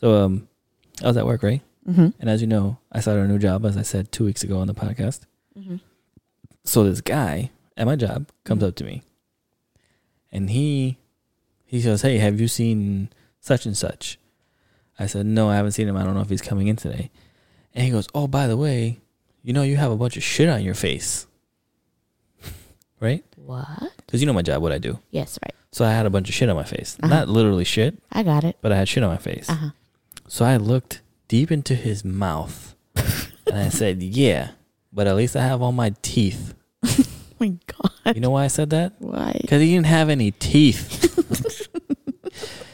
S3: so um, I was at work, right?
S4: Mm-hmm.
S3: And as you know, I started a new job, as I said two weeks ago on the podcast.
S4: Mm-hmm.
S3: So this guy at my job comes up to me, and he he says, "Hey, have you seen such and such?" I said, "No, I haven't seen him. I don't know if he's coming in today." And he goes, "Oh, by the way, you know you have a bunch of shit on your face, right?"
S4: What?
S3: Because you know my job, what I do.
S4: Yes, right.
S3: So I had a bunch of shit on my face.
S4: Uh-huh.
S3: Not literally shit,
S4: I got it.
S3: but I had shit on my face.
S4: Uh huh.
S3: So I looked deep into his mouth and I said, Yeah, but at least I have all my teeth.
S4: Oh my God.
S3: You know why I said that?
S4: Why?
S3: Because he didn't have any teeth.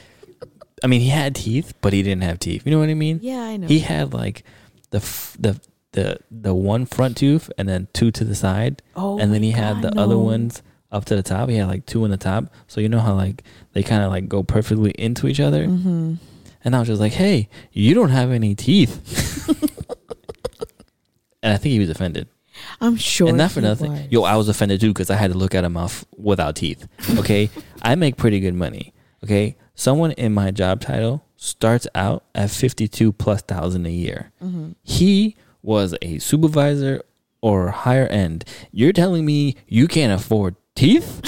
S3: I mean, he had teeth, but he didn't have teeth. You know what I mean?
S4: Yeah, I know.
S3: He had like the f- the the the one front tooth and then two to the side,
S4: oh,
S3: and then
S4: my
S3: he had the
S4: God,
S3: other
S4: no.
S3: ones up to the top. He had like two in the top, so you know how like they kind of like go perfectly into each other.
S4: Mhm.
S3: And I was just like, hey, you don't have any teeth. and I think he was offended.
S4: I'm sure.
S3: and not for
S4: he
S3: nothing.
S4: was.
S3: Yo, I was offended too because I had to look at a mouth without teeth. Okay. I make pretty good money. Okay. Someone in my job title starts out at 52 plus thousand a year.
S4: Mm-hmm.
S3: He was a supervisor or higher end. You're telling me you can't afford teeth?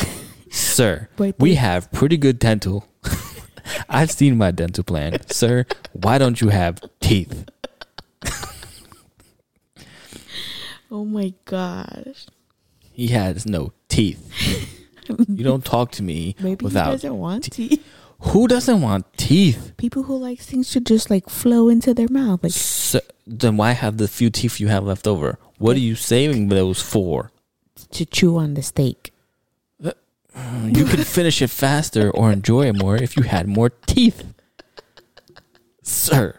S3: Sir,
S4: But
S3: we
S4: they-
S3: have pretty good dental. I've seen my dental plan. Sir, why don't you have teeth?
S4: Oh my gosh.
S3: He has no teeth. You don't talk to me
S4: Maybe he
S3: without.
S4: doesn't want teeth.
S3: Who doesn't want teeth?
S4: People who like things to just like flow into their mouth. Like
S3: Sir, then why have the few teeth you have left over? What are you saving those for?
S4: to chew on the steak.
S3: You could finish it faster or enjoy it more if you had more teeth. Sir.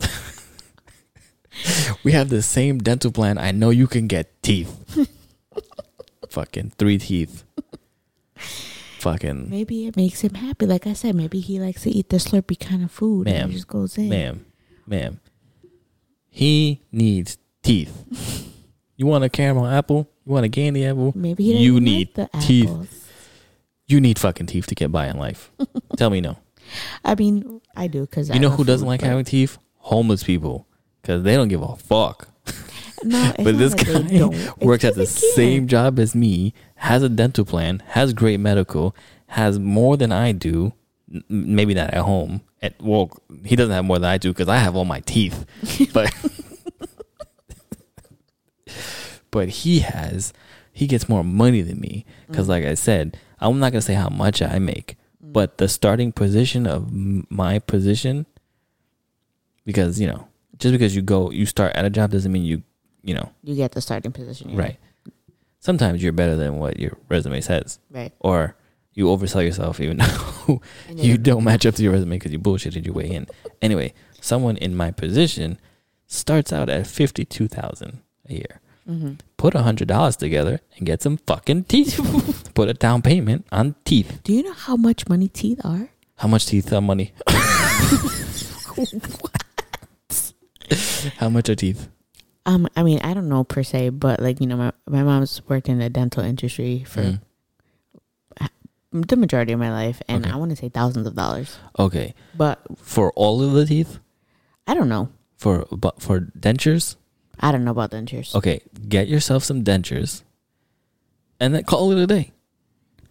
S3: we have the same dental plan. I know you can get teeth. Fucking three teeth. Fucking
S4: Maybe it makes him happy. Like I said, maybe he likes to eat the slurpy kind of food. and
S3: Ma'am.
S4: he just goes in.
S3: ma'am. Ma'am. He needs teeth. You want a caramel apple? You want a candy apple?
S4: Maybe he doesn't
S3: You
S4: like
S3: need
S4: the
S3: teeth.
S4: apples.
S3: You need fucking teeth to get by in life. Tell me no.
S4: I mean, I do because
S3: You know who doesn't like having teeth? Homeless people, because they don't give a fuck.
S4: No, it's
S3: but
S4: not
S3: this
S4: that they
S3: guy
S4: don't. It's
S3: works at the
S4: 'cause they can't.
S3: same job as me, has a dental plan, has great medical, has more than I do. N- Maybe not at home. At well, he doesn't have more than I do because I have all my teeth. But but he has he gets more money than me
S4: Mm.
S3: because, like I said, I'm not gonna say how much I make, but the starting position of m- my position, because you know, just because you go you start at a job doesn't mean you you know
S4: You get the starting position. yeah.
S3: Right. Sometimes you're better than what your resume says,
S4: Right.
S3: or you oversell yourself even though you don't match up to your resume because you bullshitted your way in. Anyway, someone in my position starts out at fifty-two thousand a year.
S4: Mm-hmm.
S3: Put a hundred dollars together and get some fucking teeth. Put a down payment on teeth.
S4: Do you know how much money teeth are?
S3: How much teeth? How money? How much are teeth?
S4: Um, I mean, I don't know per se, but like you know, my my mom's worked in the dental industry for
S3: Mm.
S4: the majority of my life, and
S3: Okay.
S4: I want to say thousands of dollars,
S3: Okay,
S4: but
S3: for all of the teeth,
S4: I don't know.
S3: for but for dentures,
S4: I don't know about dentures.
S3: Okay, get yourself some dentures, and then call it a day.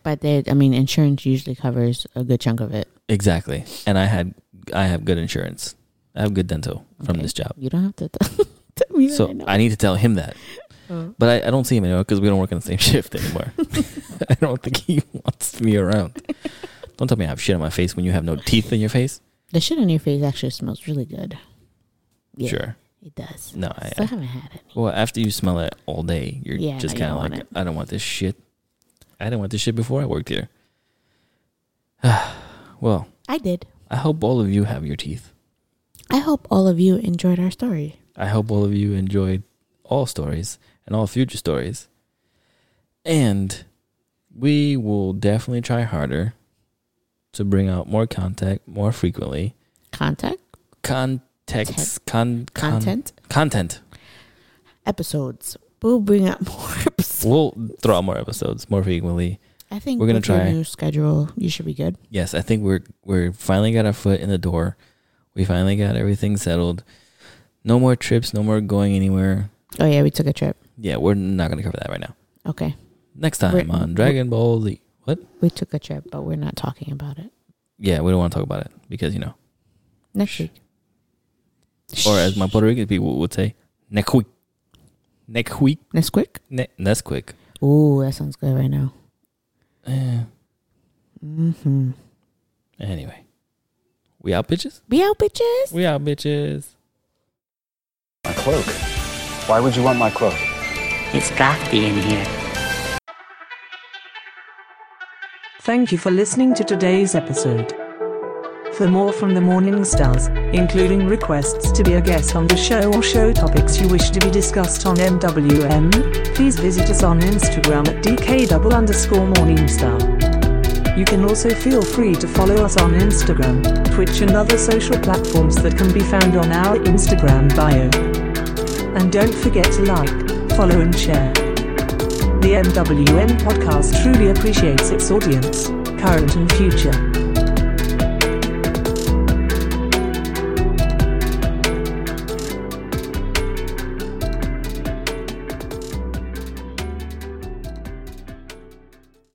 S4: But they, I mean, insurance usually covers a good chunk of it.
S3: Exactly. And I had I have good insurance. I have good dental from
S4: Okay.
S3: this job.
S4: You don't have to tell tell me
S3: So
S4: that. I know.
S3: I need to tell him that.
S4: Oh.
S3: But I, I don't see him anymore because we don't work on the same shift anymore. I don't think he wants me around. Don't tell me I have shit on my face when you have no teeth in your face.
S4: the shit on your face actually smells really good. Yeah,
S3: Sure.
S4: it does.
S3: No, I,
S4: Still haven't had it.
S3: well, after you smell it all day, you're
S4: Yeah,
S3: just
S4: no, you
S3: kind of
S4: don't
S3: like,
S4: want
S3: I don't want this shit. I didn't want this shit before I worked here. well,
S4: I did.
S3: I hope all of you have your teeth.
S4: I hope all of you enjoyed our story.
S3: I hope all of you enjoyed all stories and all future stories. And we will definitely try harder to bring out more contact more frequently.
S4: Contact,
S3: Contexts, con, con-
S4: content,
S3: content.
S4: episodes. We'll bring up more episodes.
S3: We'll throw out more episodes more frequently.
S4: I think
S3: We're gonna
S4: with your
S3: try.
S4: new schedule. You should be good.
S3: Yes, I think we're we're finally got our foot in the door. We finally got everything settled. No more trips, no more going anywhere.
S4: Oh yeah, we took a trip.
S3: Yeah, we're not going to cover that right now.
S4: Okay,
S3: Next time
S4: We're-
S3: on Dragon Ball Z.
S4: we took a trip, but we're not talking about it
S3: Yeah, we don't want to talk about it because you know
S4: next
S3: Shh.
S4: week.
S3: or as my Puerto Rican people would say, Nesquik. Nesquik.
S4: next week.
S3: Ne- Nesquik.
S4: Ooh, that sounds good right now.
S3: Eh,
S4: Mm-hmm.
S3: anyway, we out, bitches.
S4: Be out, bitches.
S3: We out, bitches.
S5: My cloak? Why would you want my cloak?
S6: It's drafty in here.
S1: Thank you for listening to today's episode. For more from the Morning Stars, including requests to be a guest on the show or show topics you wish to be discussed on MWM, please visit us on Instagram at DK underscore Morningstar. You can also feel free to follow us on Instagram, Twitch, and other social platforms that can be found on our Instagram bio. And don't forget to like, follow, and share. The MWN podcast truly appreciates its audience, current and future.